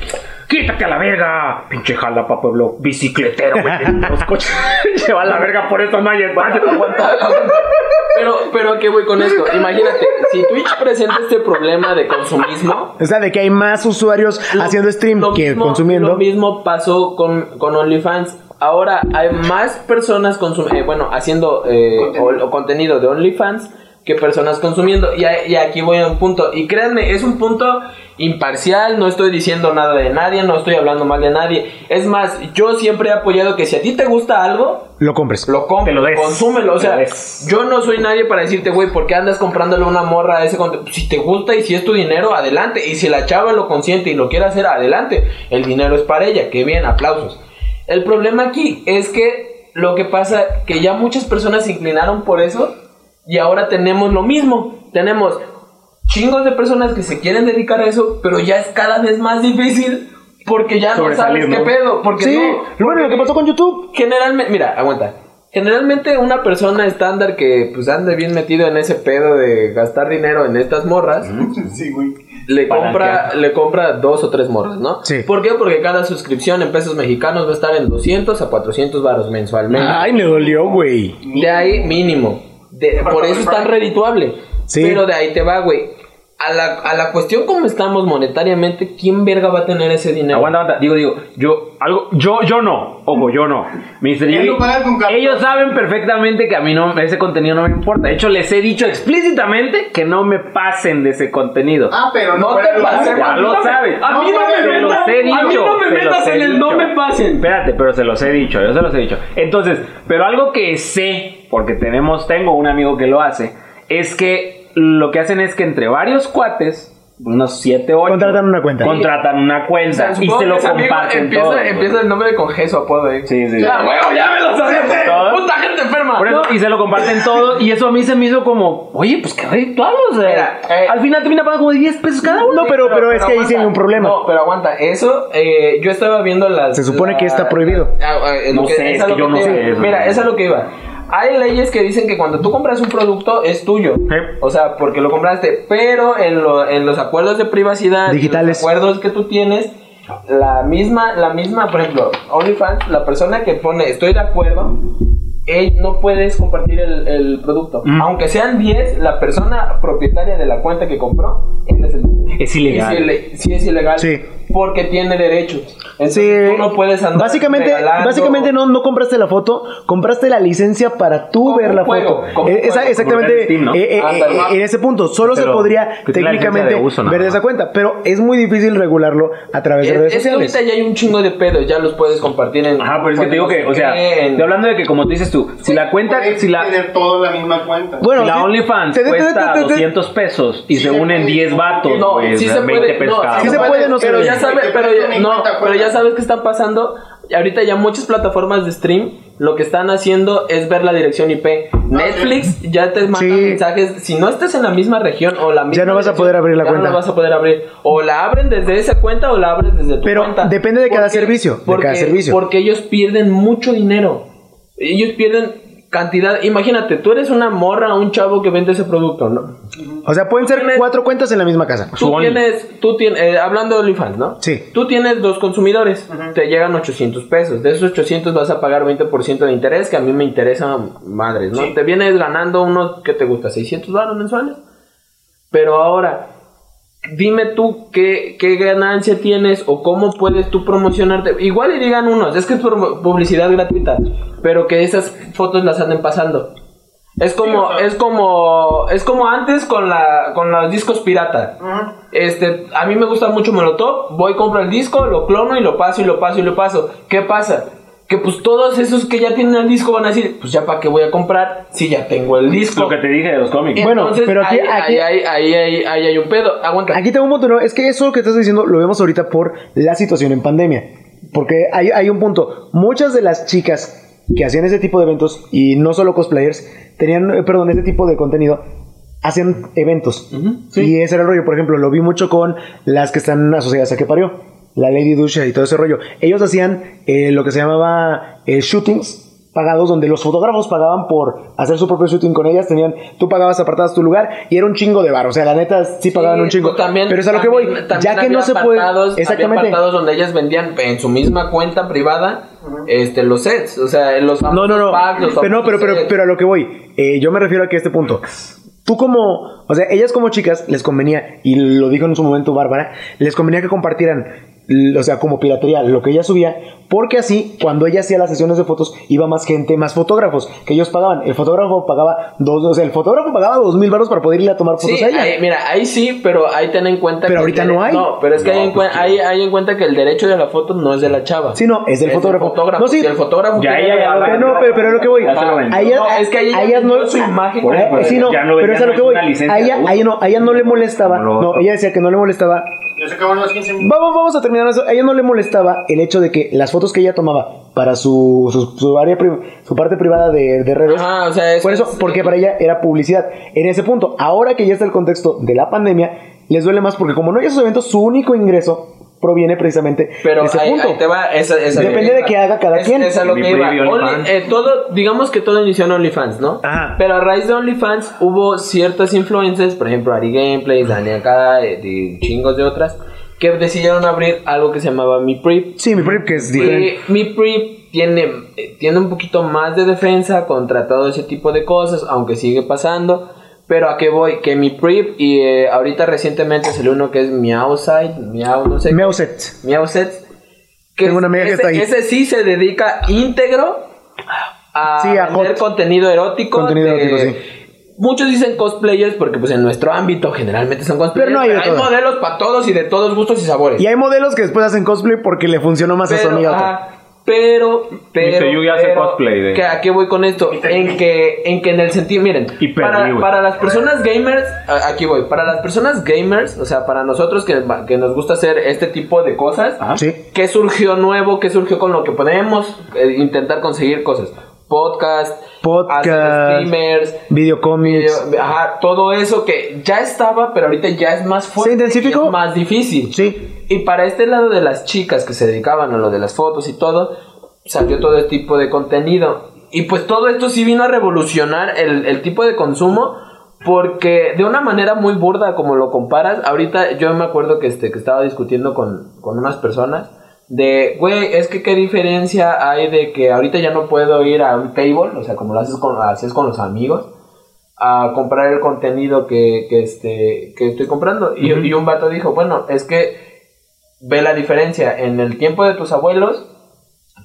Quítate a la verga, pinche jalapa, pueblo, bicicletero, güey. de Los coches [LAUGHS] se va a la verga, por eso no hay espacio.
[LAUGHS] Pero, pero ¿a qué voy con esto? Imagínate, si Twitch presenta este problema de consumismo...
O sea, de que hay más usuarios
lo-
haciendo stream
lo
que
mismo-
consumiendo.
Lo mismo pasó con, con OnlyFans. Ahora hay más personas consum- eh, bueno, haciendo eh, o- o contenido de OnlyFans que personas consumiendo. Y, a- y aquí voy a un punto. Y créanme, es un punto imparcial, no estoy diciendo nada de nadie, no estoy hablando mal de nadie. Es más, yo siempre he apoyado que si a ti te gusta algo,
Lo compres.
pues, lo compres,
Te lo des.
consúmelo. O
Te lo
sea,
des.
yo no soy nadie para decirte, güey, ¿por qué andas comprándole una morra a ese contenido? Si te gusta y si es tu dinero, adelante. Y si la chava lo consiente y lo quiere hacer, adelante. El dinero es para ella. Qué bien, aplausos. El problema aquí es que lo que pasa que ya muchas personas se inclinaron por eso y ahora tenemos lo mismo. Tenemos chingos de personas que se quieren dedicar a eso, pero ya es cada vez más difícil porque ya no sabes
Sobresalir,
qué
¿no?
pedo. Porque
Sí,
no,
lo bueno, lo que pasó con YouTube.
Generalmente, mira, aguanta. Generalmente una persona estándar que pues ande bien metido en ese pedo de gastar dinero en estas morras,
[LAUGHS] Sí, güey.
le compra
Palanquear.
le compra dos o tres morras, ¿no?
Sí.
¿Por qué? Porque cada suscripción en pesos mexicanos va a estar en 200 a 400 varos mensualmente.
Ay, me dolió, güey.
De ahí mínimo. De- por eso es tan redituable.
Sí.
Pero de ahí te va, güey. A la, a la cuestión como estamos monetariamente, ¿quién verga va a tener ese dinero?
Aguanta, aguanta. Digo, digo, yo, algo, yo, yo no. Ojo, yo no. Mr.
Él
Yugi,
lo paga con cartón.
ellos saben perfectamente que a mí no, ese contenido no me importa. De hecho, les he dicho explícitamente que no me pasen de ese contenido.
Ah, pero no.
No
fuera
te
lo-
pases,
Ya
a mí
lo
no me-
sabes.
A mí no,
No,
me
se los
metas,
he dicho.
a mí no me
se los
metas
he
en el no
dicho.
me pasen.
Espérate, pero se los he dicho, yo se los he dicho. Entonces, pero algo que sé, porque tenemos, tengo un amigo que lo hace, es que lo que hacen es que entre varios cuates, unos 7, 8,
Contratan una cuenta.
Contratan una cuenta y
Supongo
se
que
lo
ese amigo
comparten
empieza,
todo.
empieza el nombre con G, su apodo ¿eh? ahí.
Sí, sí, sí.
Ya, huevo, ya me lo sabía.
¿Todo?
Puta gente enferma.
Por eso,
No.
y se lo comparten todo. Y eso a mí se me hizo como, oye, pues qué redituables. o sea,
Mira, eh,
al final termina pagando como 10 pesos cada uno.
No, pero, pero es que ahí sí hay
aguanta.
un problema.
No, pero aguanta. Eso, eh, yo estaba viendo las.
Se supone que está prohibido.
Ah, ah, eh, lo
No sé,
es
es
a
que
lo
yo no
te-
sé eso.
Mira, eso es lo que iba. Hay leyes que dicen que cuando tú compras un producto es tuyo. O sea, porque lo compraste. Pero en, lo- en los acuerdos de privacidad,
Digitales.
en los acuerdos que tú tienes, la misma, la misma, por ejemplo, OnlyFans, la persona que pone estoy de acuerdo, él no puedes compartir el, el producto. Aunque sean 10, la persona propietaria de la cuenta que compró, él es el dueño.
Es ilegal.
Es ile- sí, es ilegal.
Sí.
Porque tiene derechos.
Sí.
Entonces, tú no puedes andar.
Básicamente,
regalando-
básicamente no, no compraste la foto, compraste la licencia para tú
Como
ver
un
la
juego,
foto.
como
Eh,
un
esa-
juego.
exactamente,
Como Steam, ¿no?
eh, eh,
Ándale.
eh, en ese punto, solo se
Pero,
podría
que tiene la licencia
técnicamente
de uso, nada
ver esa
más.
cuenta, pero es muy difícil regularlo a través de redes
Es, es que
sociales.
ahorita ya hay un chingo de pedos, ya los puedes compartir en.
Ajá, pero es que te digo que, o sea,
en-
estoy hablando de que como tú dices tú, si la cuenta,
Puedes
si la,
tener todo la misma cuenta.
si la
sí,
OnlyFans
te- te- te-
cuesta
te- te-
200 pesos y
Sí
se
se
unen
puede.
10 vatos,
No,
güey,
sí se
20
puede.
pesos
No,
cada
sí
se
uno.
puede, no se
pero
debe.
ya sabes,
Porque
pero
tú
ya,
ni
no,
cuenta
pero ya
juegas.
sabes qué está pasando. Y Ahorita ya muchas plataformas de stream lo que están haciendo es ver la dirección IP. Netflix ya te manda
Ah, Sí.
mensajes. Si no estás en la misma región o la misma
no vas a
dirección,
poder abrir la
ya
cuenta.
No la vas a poder abrir. O la abren desde esa cuenta o la abres desde tu
Pero
cuenta.
depende de cada servicio, de cada servicio.
Porque ellos pierden mucho dinero. Ellos pierden cantidad. Imagínate, tú eres una morra, un chavo que vende ese producto, ¿no?
O sea, pueden ser
Tienes-
cuatro cuentas en la misma casa.
Su
Tú
Only.
tienes, tú tienes, eh, hablando de OnlyFans, ¿no?
Sí.
Tú tienes dos consumidores, te llegan 800 pesos. De esos 800 vas a pagar 20% de interés, que a mí me interesa madres, ¿no? Te vienes ganando unos, ¿qué te gusta? 600 baros mensuales. Pero ahora, dime tú qué, qué ganancia tienes o cómo puedes tú promocionarte. Igual y digan unos, es que es promo- publicidad gratuita, pero que esas fotos las anden pasando. Es como,
o sea.
es como, es como antes con la, con los discos pirata.
Ajá.
Este, a mí me gusta mucho Molotov, voy, compro el disco, lo clono y lo paso y lo paso y lo paso. ¿Qué pasa? Que pues todos esos que ya tienen el disco van a decir, pues ya para qué voy a comprar si ya tengo el disco.
Lo que te dije de los cómics.
Bueno,
Entonces,
pero aquí-
ahí,
aquí-
ahí- ahí- ahí- ahí hay un pedo. Aguanta.
Aquí tengo un punto, ¿no? Es que eso que estás diciendo lo vemos ahorita por la situación en pandemia. Porque hay, hay un punto. Muchas de las chicas que hacían ese tipo de eventos, y no solo cosplayers, tenían, eh, perdón, ese tipo de contenido, hacían eventos. Y ese era el rollo. Por ejemplo, lo vi mucho con las que están asociadas a que parió. La Lady Dusha y todo ese rollo. Ellos hacían eh, lo que se llamaba eh, shootings pagados donde los fotógrafos pagaban por hacer su propio shooting con ellas, tenían, tú pagabas apartadas tu lugar y era un chingo de bar, o sea, la neta sí pagaban un chingo.
pues, también-
pero es a lo que
también-
voy.
también
Ya que
había
no se puede.
apartados- había
Exactamente.
apartados donde ellas vendían en su misma cuenta privada este, los sets. O sea, los
No, no,
famosos
no.
packs, los
Pero no, pero,
famosos
pero,
sets.
pero a lo que voy. eh, yo me refiero aquí a este punto. Tú como, O sea, ellas como chicas les convenía, y lo dijo en su momento Bárbara, les convenía que compartieran, l- o sea, como piratería, lo que ella subía, porque así, cuando ella hacía las sesiones de fotos, iba más gente, más fotógrafos, que ellos pagaban. El fotógrafo pagaba dos, o sea, el fotógrafo pagaba dos mil baros para poder ir a tomar fotos
Sí,
a Pues ella.
ahí- mira, ahí sí, pero ahí ten en cuenta
Pero
que
ahorita
el dere-
no hay.
No, pero es que hay, en cuen- hay- hay en cuenta que el derecho de la foto no es de la chava.
Sí, no, es del fotógrafo. No, sí.
Si el fotógrafo
Ya,
quiere
ya, ya,
regalar-
ya,
Pero no, pero, pero lo que voy.
Ya se lo vendió.
A ellas,
No, es que a ella
a
ya
ellas no
vendió su imagen.
Por eso,
Ah, sí, no,
ya no-
pero
ya
es a
no
lo que
es
voy.
una licencia
A ella,
de uso.
a ella no, a ella no le molestaba.
Como lo
No,
otro.
ella decía que no le molestaba
Ya se acabaron los 15 minutos.
Vamos, vamos a terminar eso. A ella no le molestaba el hecho de que las fotos que ella tomaba para su, su, su área pri- su parte privada de, de redes.
Ajá, o sea, es
por eso, porque para ella era publicidad. En ese punto, ahora que ya está el contexto de la pandemia, les duele más porque como no hay esos eventos, su único ingreso proviene precisamente
pero
de ese
ahí,
punto.
ahí te va esa, esa-
Depende de qué haga cada
Es-
quien.
esa es lo
Mi
que iba.
previo
Only-
OnlyFans.
eh, todo, digamos que todo inició en OnlyFans, ¿no?
Ajá.
Pero a raíz de OnlyFans hubo ciertas influencers, por ejemplo Ari Gameplay, Daniel Cada, eh, de chingos de otras, que decidieron abrir algo que se llamaba Mi Prep.
Sí, mi prep que es diferente.
Eh, mi PRI tiene, eh, tiene un poquito más de defensa contra todo ese tipo de cosas, aunque sigue pasando. Pero a qué voy, que mi PRI y eh, ahorita recientemente salió uno que es Meowside, Meow, no sé.
Me auset.
Meowset. Que
Tengo una amiga que
ese-
está ahí.
Ese sí se dedica íntegro a
Sí, a
vender
hot.
contenido erótico.
Contenido erótico, sí.
Muchos dicen cosplayers porque pues en nuestro ámbito generalmente son cosplayers.
Pero no hay de todo.
modelos para todos y de todos gustos y sabores.
Y hay modelos que después hacen cosplay porque le funcionó más a su amiga. otra.
ajá, pero, pero,
Mr. Yugi hace
pero,
cosplay de-
que- ¿A qué voy con esto? En que, en que en el sentido, miren,
Y perdí,
para,
güey.
para las personas gamers, a- aquí voy, para las personas gamers, o sea, para nosotros que, que nos gusta hacer este tipo de cosas,
Sí.
¿Qué surgió nuevo? ¿Qué surgió con lo que podemos eh, intentar conseguir cosas? Podcast,
Podcast,
hacer streamers,
Videocomics.
video- ajá, todo eso que ya estaba, pero ahorita ya es más fuerte,
¿Se intensificó?
y es más difícil.
Sí.
Y para este lado de las chicas que se dedicaban a lo de las fotos y todo, salió todo este tipo de contenido. Y pues todo esto sí vino a revolucionar el, el tipo de consumo. Porque de una manera muy burda, como lo comparas, ahorita yo me acuerdo que, este, que estaba discutiendo con, con unas personas de, güey, es que qué diferencia hay de que ahorita ya no puedo ir a un table, o sea, como lo haces con, haces con los amigos, a comprar el contenido que, que, este, que estoy comprando. Y, y un vato dijo, bueno, es que ve la diferencia. En el tiempo de tus abuelos,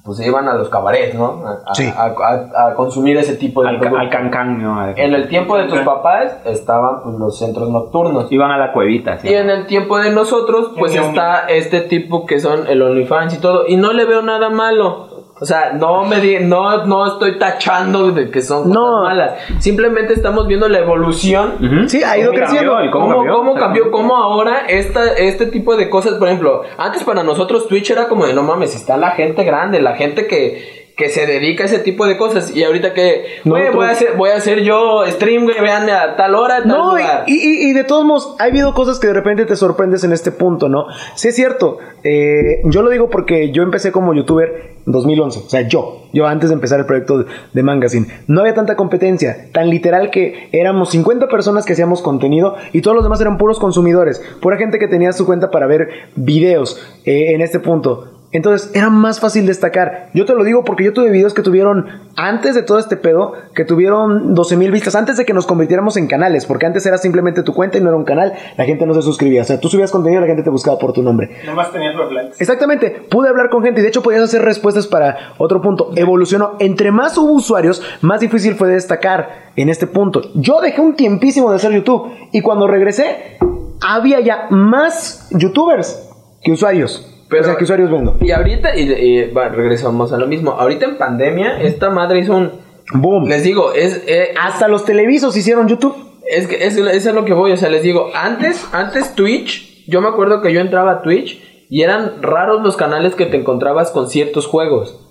pues se iban a los cabarets, ¿no? A, a-
Sí.
a- a- a consumir ese tipo de
Al, ca-
producto.
al cancán, ¿no?
En el tiempo de tus papás estaban pues, los centros nocturnos.
Iban a la cuevita, sí.
Y en el tiempo de nosotros, pues
El
está este tipo que son el OnlyFans y todo. Y no le veo nada malo. O sea, no me di- no, no estoy tachando de que son cosas
No.
malas. Simplemente estamos viendo la evolución
Ujú.
Sí, ha ido
¿Cómo
creciendo.
cambió? ¿Y
¿Cómo,
¿Cómo,
¿Cómo,
cambió?
cambió? ¿Cómo ahora esta, este tipo de cosas? Por ejemplo, antes para nosotros Twitch era como de no mames, está la gente grande, la gente que, que se dedica a ese tipo de cosas. Y ahorita que
No,
"Güey,
tú-
voy, a hacer, voy a hacer yo stream, güey, vean a tal hora, tal
No, y,
lugar.
y- y de todos modos, ha habido cosas que de repente te sorprendes en este punto, ¿no? Sí, es cierto. eh, yo lo digo porque yo empecé como youtuber en 2011. O sea, yo. Yo antes de empezar el proyecto de Mangazine. No había tanta competencia. Tan literal que éramos 50 personas que hacíamos contenido y todos los demás eran puros consumidores. Pura gente que tenía su cuenta para ver videos eh, en este punto. Entonces era más fácil destacar. Yo te lo digo porque yo tuve videos que tuvieron, antes de todo este pedo, que tuvieron 12 mil vistas, antes de que nos convirtiéramos en canales, porque antes era simplemente tu cuenta y no era un canal, la gente no se suscribía. O sea, tú subías contenido y la gente te buscaba por tu nombre.
Nomás tenías los likes.
Exactamente, pude hablar con gente y de hecho podías hacer respuestas para otro punto. Evolucionó. Entre más hubo usuarios, más difícil fue destacar en este punto. Yo dejé un tiempísimo de hacer YouTube y cuando regresé, había ya más youtubers que usuarios.
Pero-
o sea, que usuarios vendo.
Y ahorita, y, y, va, regresamos a lo mismo. Ahorita en pandemia, esta madre hizo un.
Boom.
Les digo, es. eh,
Hasta los televisos hicieron YouTube.
Es que es, es a lo que voy, o sea, les digo, antes, antes Twitch, yo me acuerdo que yo entraba a Twitch y eran raros los canales que te encontrabas con ciertos juegos.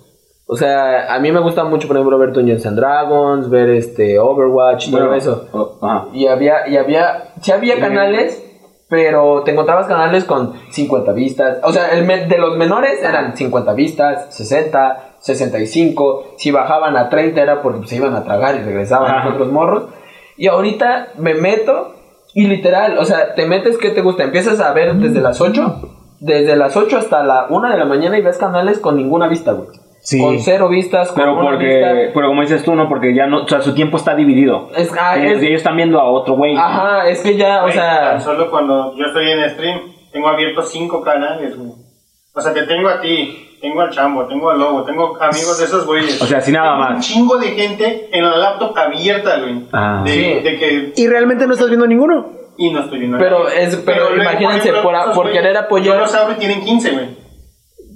O sea, a mí me gusta mucho, por ejemplo, ver Dungeons and Dragons, ver este Overwatch, todo
Bueno,
eso.
oh, ajá.
Y había, y había, sí había canales, pero te encontrabas canales con 50 vistas. O sea, el me- de los menores eran 50 vistas, 60, 65. Si bajaban a 30 era porque se iban a tragar y regresaban
Ajá.
los otros morros. Y ahorita me meto y literal, o sea, te metes, ¿qué te gusta? Empiezas a ver desde las 8, desde las 8 hasta la 1 de la mañana y ves canales con ninguna vista, güey.
Sí.
Con cero vistas, con
Pero
una
porque,
vista.
pero como dices tú, ¿no? Porque ya no, o sea, su tiempo está dividido.
Es, ah,
ellos,
es-
ellos están viendo a otro güey.
ajá, es que ya, o
Güey, ah,
sea,
tan solo cuando yo estoy en stream, tengo abiertos cinco canales, güey. O sea, te tengo a ti, tengo al Chambo, tengo al Lobo, tengo amigos de esos güeyes.
O sea, así nada
Tengo Un
más.
chingo de gente en la laptop abierta, güey.
Ah.
de,
Sí.
de que.
Y realmente no estás viendo ninguno.
Y no estoy viendo
Pero
nada.
es- pero
luego,
imagínense, por a-
esos
por
güeyes,
querer apoyar-
Yo los abro y tienen 15, güey.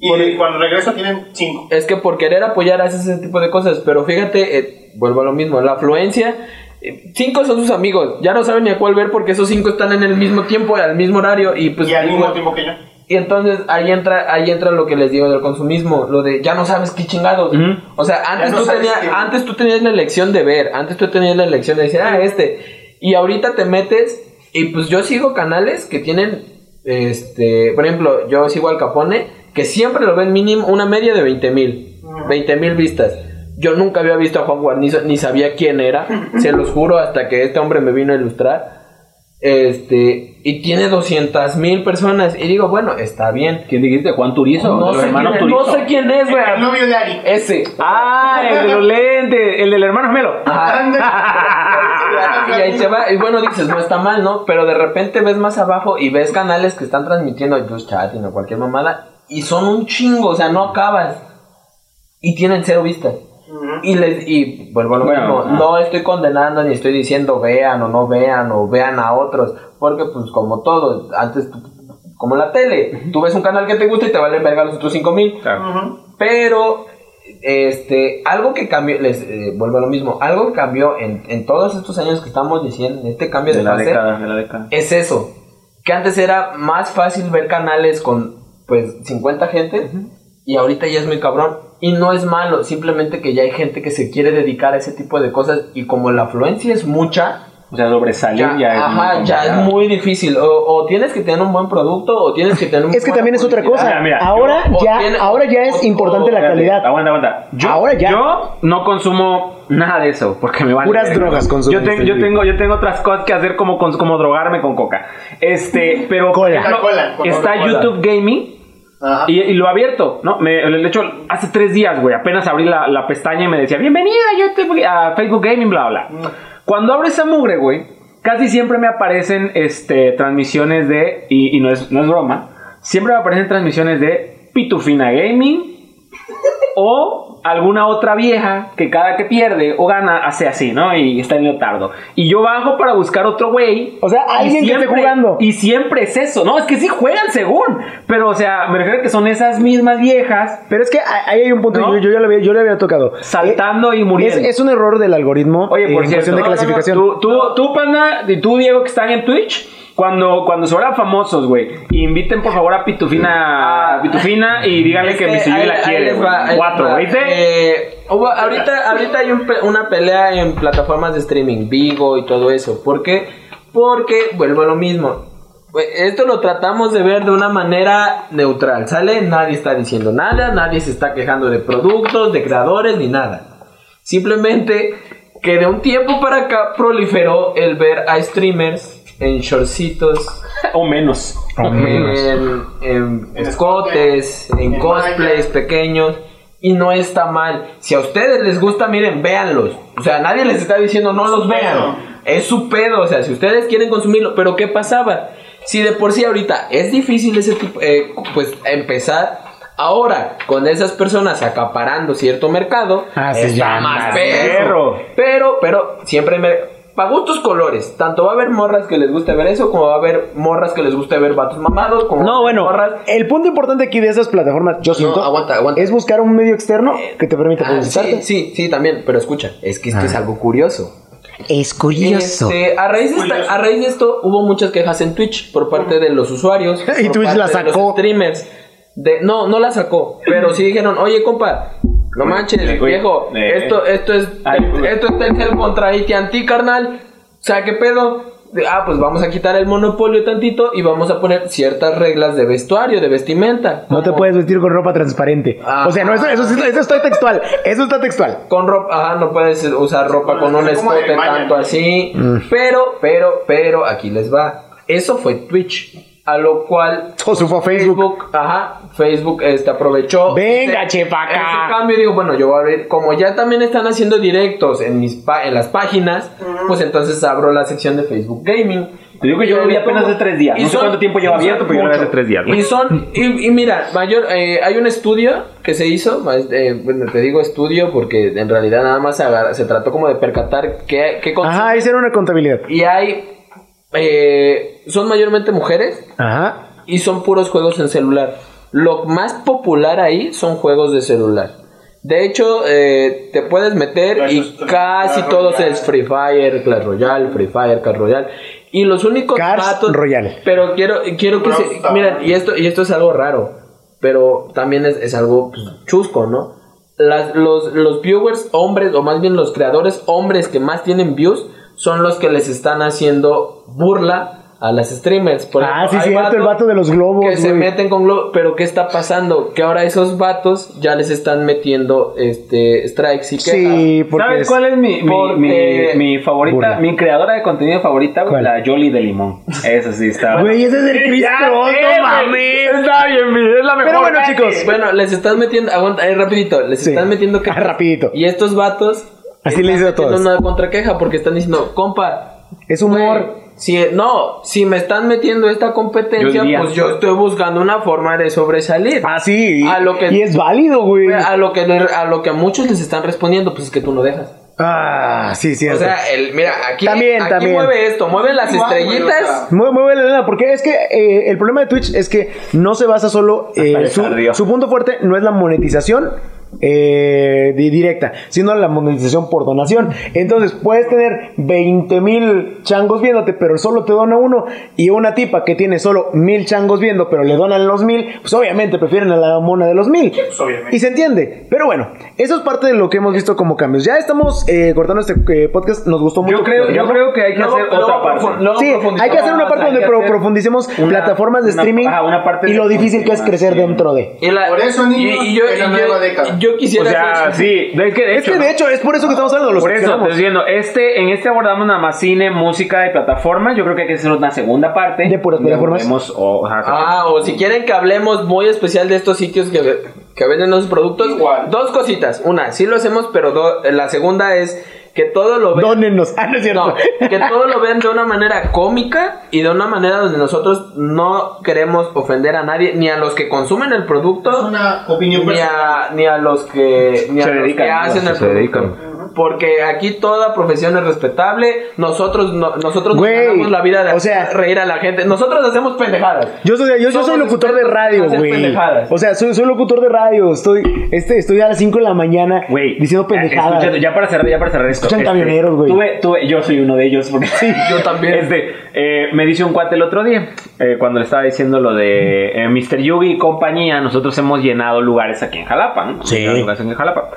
Y
Por-
de- cuando regreso tienen 5.
es que por querer apoyar haces ese tipo de cosas, pero fíjate, eh, vuelvo a lo mismo, la afluencia, eh, cinco son sus amigos, ya no saben ni a cuál ver porque esos cinco están en el mismo tiempo, al mismo horario y pues
y al mismo
igual-
tiempo que yo.
Y entonces ahí entra, ahí entra lo que les digo del consumismo, lo de ya no sabes qué chingados. O sea, antes,
no
tú
sabes
tenías,
qué-
antes tú tenías la elección de ver, antes tú tenías la elección de decir, ah, este. Y ahorita te metes, y pues yo sigo canales que tienen, este, por ejemplo, yo sigo al Capone, que siempre lo ven mínimo una media de 20 mil, 20 mil vistas. Yo nunca había visto a Juan Guarnizo, ni sabía quién era,
[LAUGHS]
se los juro, hasta que este hombre me vino a ilustrar. Este, y tiene 200 mil personas. Y digo, bueno, está bien.
¿Quién dijiste? Juan Turizo.
No,
el
sé
hermano
quién, es-
Turizo.
no sé quién es,
[LAUGHS]
güey.
El novio de Ari.
Ese.
Ah, el de los lentes, el del hermano gemelo.
Ajá. [LAUGHS] y ahí te va. Y bueno, dices, no está mal, ¿no? Pero de repente ves más abajo y ves canales que están transmitiendo Just Chatting o cualquier mamada. Y son un chingo, o sea, no acabas. Y tienen cero vistas. Y les, y vuelvo a lo
Bueno,
mismo,
ajá.
no estoy condenando ni estoy diciendo vean o no vean o vean a otros, porque pues como todo, antes tú- como la tele, tú ves un canal que te gusta y te valen verga los otros 5000, mil,
Claro.
pero este algo que cambió les eh, vuelvo a lo mismo algo que cambió en, en todos estos años que estamos diciendo en este cambio de,
De la
fase
década, de la década.
es eso que antes era más fácil ver canales con pues 50 gente y ahorita ya es muy cabrón y no es malo simplemente que ya hay gente que se quiere dedicar a ese tipo de cosas y como la afluencia es mucha
O sea, sobresalir
ya,
ya, es
ajá,
muy
ya es
complicado.
muy difícil o, o tienes que tener un buen producto o tienes que tener un
Es que
buena
también es otra
publicidad.
cosa.
Mira, Ah, mira,
ahora,
yo- o
ya,
tiene-
ahora ya es
o-
importante la
Espérate,
calidad.
Aguanta, aguanta. Yo,
Ahora ya.
yo no consumo nada de eso porque me van
Puras drogas este
yo,
consumiste,
tengo- yo
Yuri.
tengo yo tengo otras cosas que hacer como cons- como drogarme con coca. Este, pero por
Cola.
ejemplo,
Coca-Cola, con
está
Coca-Cola.
YouTube Gaming
Ah.
Ajá.
y, y lo he abierto, ¿no? Me, de hecho, hace tres días, güey, apenas abrí la, la pestaña y me decía, bienvenida a YouTube, a Facebook Gaming, bla, bla. Cuando abro esa mugre, güey, casi siempre me aparecen este, transmisiones de, y, y no, es, no es broma, siempre me aparecen transmisiones de Pitufina Gaming o alguna otra vieja que cada que pierde o gana hace así, ¿no? Y está en leotardo. Y yo bajo para buscar otro güey
O sea, alguien que esté jugando.
y siempre es eso. No, es que sí juegan según. Pero, o sea, me refiero a que son esas mismas viejas
Pero es que a- ahí hay un punto,
¿No?
yo, yo ya lo había, yo le había tocado.
saltando y
Eh, es,
muriendo.
es un error del algoritmo eh,
Oye, por
en
cierto,
cuestión de
no, no, no,
clasificación.
Tú, tú, tú, Panda, y tú, Diego, que están en Twitch, cuando, cuando se vuelvan famosos, güey, inviten por favor a Pitufina,
Ah.
a Pitufina y díganle que,
Este,
mi señor
ahí-
la
ahí
quiere.
les va,
güey.
ahí les
Cuatro,
va.
¿viste?
Eh, hubo- ahorita, ahorita hay un pe- una pelea en plataformas de streaming, Vigo y todo eso. ¿Por qué? Porque vuelvo a lo mismo. Pues, Esto lo tratamos de ver de una manera neutral, ¿sale? Nadie está diciendo nada, nadie se está quejando de productos, de creadores, ni nada. Simplemente que de un tiempo para acá proliferó el ver a streamers en shortcitos,
O menos.
Eh, en, en
En
escotes, en,
en
cosplays
malla.
pequeños. Y no está mal. Si a ustedes les gusta, miren, véanlos. O sea, nadie les está diciendo no los
su pedo.
vean. Es su pedo. O sea, si ustedes quieren consumirlo. Pero ¿qué pasaba? Si de por sí ahorita es difícil ese tipo, eh, pues empezar. Ahora, con esas personas acaparando cierto mercado,
Ah, sí, ya,
está más
más
perro.
perro.
Pero, pero, siempre me. Pa' gustos colores. Tanto va a haber morras que les guste ver eso, como va a haber morras que les guste ver vatos mamados, como
No, bueno,
morras.
el punto importante aquí de esas plataformas, yo siento,
aguanta, aguanta.
es buscar un medio externo
Eh,
que te permita
Ah, sí,
publicitarte.
sí, sí, también. Pero escucha, es que esto es algo curioso.
Es curioso.
Este, a, raíz de esta-
Curioso.
a raíz de esto hubo muchas quejas en Twitch por parte de los usuarios.
[LAUGHS] Y
por
Twitch
parte
la
de los
sacó.
streamers. De, no, no la sacó, pero sí dijeron, oye compa, no manches,
eh, güey,
viejo,
eh,
esto, esto es
ay, güey.
esto es Telcel contra AT&T, carnal. O sea, ¿qué pedo? De, Ah, pues vamos a quitar el monopolio tantito y vamos a poner ciertas reglas de vestuario, de vestimenta.
No te
Como-
puedes vestir con ropa transparente.
Ah.
o sea, no, eso, eso, sí- eso está textual. Eso está textual.
con ropa, ajá, no puedes usar ropa con
Como-
un
es como de
escote
malla,
Mm.
tanto
¿no?
así. Pero, pero, pero, aquí les va. Eso fue Twitch. A lo cual
Todo se fue a Facebook.
Facebook, ajá, Facebook este, aprovechó.
Venga,
este-
chepa, acá.
Ese cambio y dijo, bueno, yo voy a abrir. Como ya también están haciendo directos en, mis pa- en las páginas, pues entonces abro la sección de Facebook Gaming.
Te digo que yo
Y
lo vi
le
apenas
pongo-
hace tres días.
y
No sé
son-
cuánto tiempo lleva
y son
abierto, pero yo lo vi hace
mucho.
tres días, güey.
Y son, y, y mira, mayor, eh, hay un estudio que se hizo, ma- eh, bueno, te digo estudio porque en realidad nada más se, agar- se trató como de percatar qué, qué consume.
Ajá, esa era una contabilidad.
Y hay, eh, son mayormente mujeres,
Ajá.
y son puros juegos en celular. Lo más popular ahí son juegos de celular. De hecho, eh, te puedes meter y
Clash of-
casi
Clash
todos
Royale.
es Free Fire, Clash Royale, Free Fire, Clash Royale. Y los únicos
Cars
datos-
Royale.
Pero quiero, quiero que se,
Brawl Stars.
miren, y esto, y esto es algo raro, pero también es, es algo pues, chusco, ¿no? Las- los, los viewers hombres, o más bien los creadores hombres que más tienen views, son los que les están haciendo burla a las streamers. Por
Ah, sí,
ejemplo, hay
cierto, el
vatos
vato de los globos.
que se
güey.
meten con globo, pero ¿qué está pasando? Que ahora esos vatos ya les están metiendo este strikes y quejas.
Sí, porque.
¿Sabes cuál es eh, mi, mi,
Porque-
mi- mi favorita?
Burla.
Mi creadora de contenido favorita, güey,
¿Cuál?
la Jolly de Limón. Eso sí está.
Güey, ese es el Cristo, no mames.
Está bien, es la mejor.
Pero bueno, chicos.
Bueno, les están metiendo, aguanta, eh, rapidito, les
Sí.
están metiendo que
Ah, rapidito.
Y estos vatos
Así le dice a
tienen
todos.
una contraqueja porque están diciendo, "Compa,
Es humor.
güey, si no, si me están metiendo esta competencia,
Yo diría.
pues yo estoy buscando una forma de sobresalir."
Ah, sí. y-
A lo que-
Y es válido, güey.
A lo que le- a lo que muchos les están respondiendo, pues es que tú no dejas.
Ah, sí,
O
cierto.
sea, el, mira, aquí,
También,
aquí
también.
mueve esto, mueve las
Igual, güey, o
estrellitas.
sea,
Muy, muy buena idea, porque es que eh, el problema de Twitch es que no se basa solo eh,
le
su,
ardió.
su punto fuerte no es la monetización eh, di- directa, sino la monetización por donación. Entonces puedes tener 20 mil changos viéndote, pero solo te dona uno y una tipa que tiene solo mil changos viendo, pero le donan los mil, pues obviamente prefieren a la mona de los mil.
Pues,
obviamente.
Y se entiende. Pero bueno, eso es parte de lo que hemos visto como cambios. Ya estamos eh, cortando este eh, podcast, nos gustó mucho.
Yo creo, yo
platicarlo.
creo que hay que
Luego-
hacer
luego
otra parte.
profu- luego
Sí,
profundizamos
hay que hacer una
más,
parte
hay
donde
que
pro-
hacer-
profundicemos
una-
plataformas de
una-
streaming
ajá, una parte
y
de
lo difícil que es
continuación.
crecer dentro de.
Y la-
Por eso, niños,
y, y yo,
es la
y yo-
nueva década.
yo
O
quisiera
sea,
hacer-
sí, de que de
Es
hecho,
que de hecho es por eso que estamos hablando de los
por eso, te
seccionamos.
estoy diciendo, este, en este abordamos nada más cine, música y plataformas. Yo creo que hay que hacer una segunda parte.
De puras
Donde
plataformas.
hablemos, o- ajá,
Ah, o si quieren que hablemos muy especial de estos sitios que, ve- que venden los productos.
Igual.
Dos cositas. Una, sí lo hacemos, pero do- eh, la segunda es que todo lo vean.
Dónennos. Ah, no es cierto.
No, [LAUGHS] que todo lo vean de una manera cómica y de una manera donde nosotros no queremos ofender a nadie, ni a los que consumen el producto,
Es una opinión
ni a, ni a los que, ni a
Se
los
dedican,
que
¿no?
hacen
Se
el producto.
dedican.
Porque aquí toda profesión es respetable. Nosotros no- nosotros nos
Güey,
ganamos la vida de
o sea-
reír a la gente. Nosotros hacemos pendejadas.
[LAUGHS] Yo soy, yo, yo soy
pues,
Somos
locutor
expertos
de
en
radio,
hacer
güey.
pendejadas.
O sea, soy, soy locutor de radio. Estoy, este, estoy a las 5 de la mañana
Güey, eh,
diciendo pendejadas.
escucha, ya para cerrar, ya para cerrar esto. este,
Escuchan camioneros, güey.
Tuve, tuve, yo soy uno de ellos. Porque
yo también.
[LAUGHS] Este, eh, me dice un cuate el otro día, eh, cuando le estaba diciendo lo de eh, Mr. Yugi y compañía, nosotros hemos llenado lugares aquí en Jalapa, ¿no?
Sí.
Llenado Lugares aquí en Jalapa.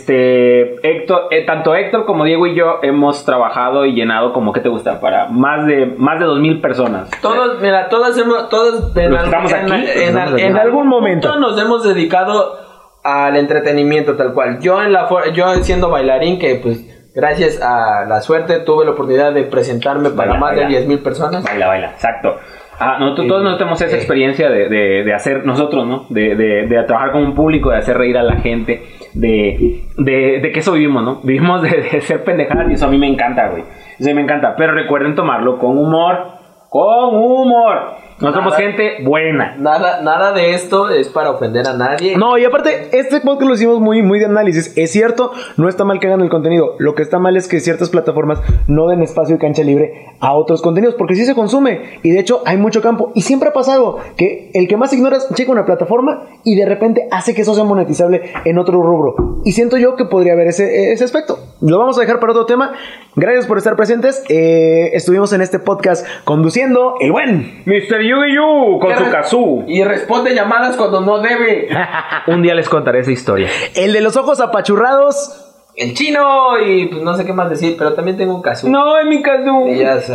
Este, Héctor, eh, tanto Héctor como Diego y yo hemos trabajado y llenado como que te gusta para más de más de 2000 personas.
Todos, mira, todos hemos, todos en,
Los que estamos
en-
aquí, los que
en-
estamos aquí.
en
En
algún
algún
momento.
momento nos hemos dedicado al entretenimiento tal cual. Yo en la for- yo siendo bailarín que pues gracias a la suerte tuve la oportunidad de presentarme para
Baila,
más de
baila.
10 mil personas.
Baila, baila, exacto. Ajá, nosotros todos nos tenemos esa experiencia de, de- de hacer nosotros, ¿no? De, de- de trabajar con un público, de hacer reír a la gente, de, de, de que eso vivimos, ¿no? [LAUGHS] Vivimos de, de ser pendejadas y eso a mí me encanta, güey. Eso a mí me encanta. Pero recuerden tomarlo con humor, con humor. Nosotros somos
Nada.
gente buena.
Nada, nada de esto es para ofender a nadie.
No, y aparte, este podcast lo hicimos muy, muy de análisis. Es cierto, no está mal que hagan el contenido. Lo que está mal es que ciertas plataformas no den espacio y cancha libre a otros contenidos, porque sí se consume. Y de hecho, hay mucho campo. Y siempre ha pasado que el que más ignoras checa una plataforma y de repente hace que eso sea monetizable en otro rubro. Y siento yo que podría haber ese, ese aspecto. Lo vamos a dejar para otro tema. Gracias por estar presentes. Eh, estuvimos en este podcast conduciendo el buen.
Mr. Yugi Yu con su kazoo.
Y responde
[LAUGHS]
llamadas cuando no debe.
Un día les contaré esa historia.
El de los ojos apachurrados.
el chino y pues no sé qué más decir, pero también tengo un caso.
No, en mi caso.
Ellas,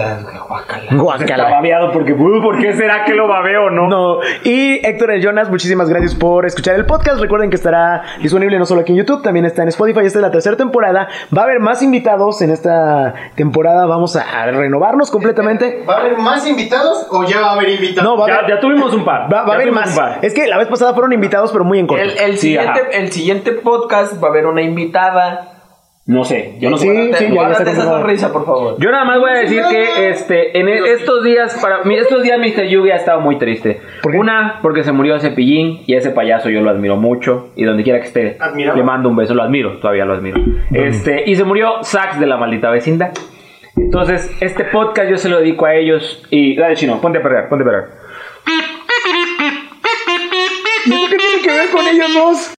guacala.
Está
Guácala.
babeado porque, uh, ¿por qué será que lo babeo, no?
No. Y Héctor El Jonas, muchísimas gracias por escuchar el podcast. Recuerden que estará disponible no solo aquí en YouTube, también está en Spotify. Esta es la tercera temporada. Va a haber más invitados en esta temporada. Vamos a, a renovarnos completamente.
¿Va a haber más invitados o ya va a haber invitados?
No, va a
Ya,
haber,
ya tuvimos un par.
va- va a
Ya
haber
tuvimos
más.
un par.
Es que la vez pasada fueron invitados, pero muy en corto.
El, el
Sí,
siguiente,
ajá.
el siguiente podcast va a haber una invitada.
No sé, yo no sé.
Sí,
Guárdate,
sí, ya, ya
guárdate
sé
esa
cómo va.
sonrisa, por favor.
Yo nada más voy a decir que este en e- estos días para mi- estos días Mr. Yugi ha estado muy triste.
¿Por qué?
Una porque se murió Cepillín y ese payaso yo lo admiro mucho y donde quiera que esté
Admirado.
le mando un beso, lo admiro, todavía lo admiro. Este y se murió Sax de la maldita vecindad. Entonces, este podcast yo se lo dedico a ellos y dale chino, ponte a perder, ponte a perder.
¿Eso qué tiene que ver con ellos dos?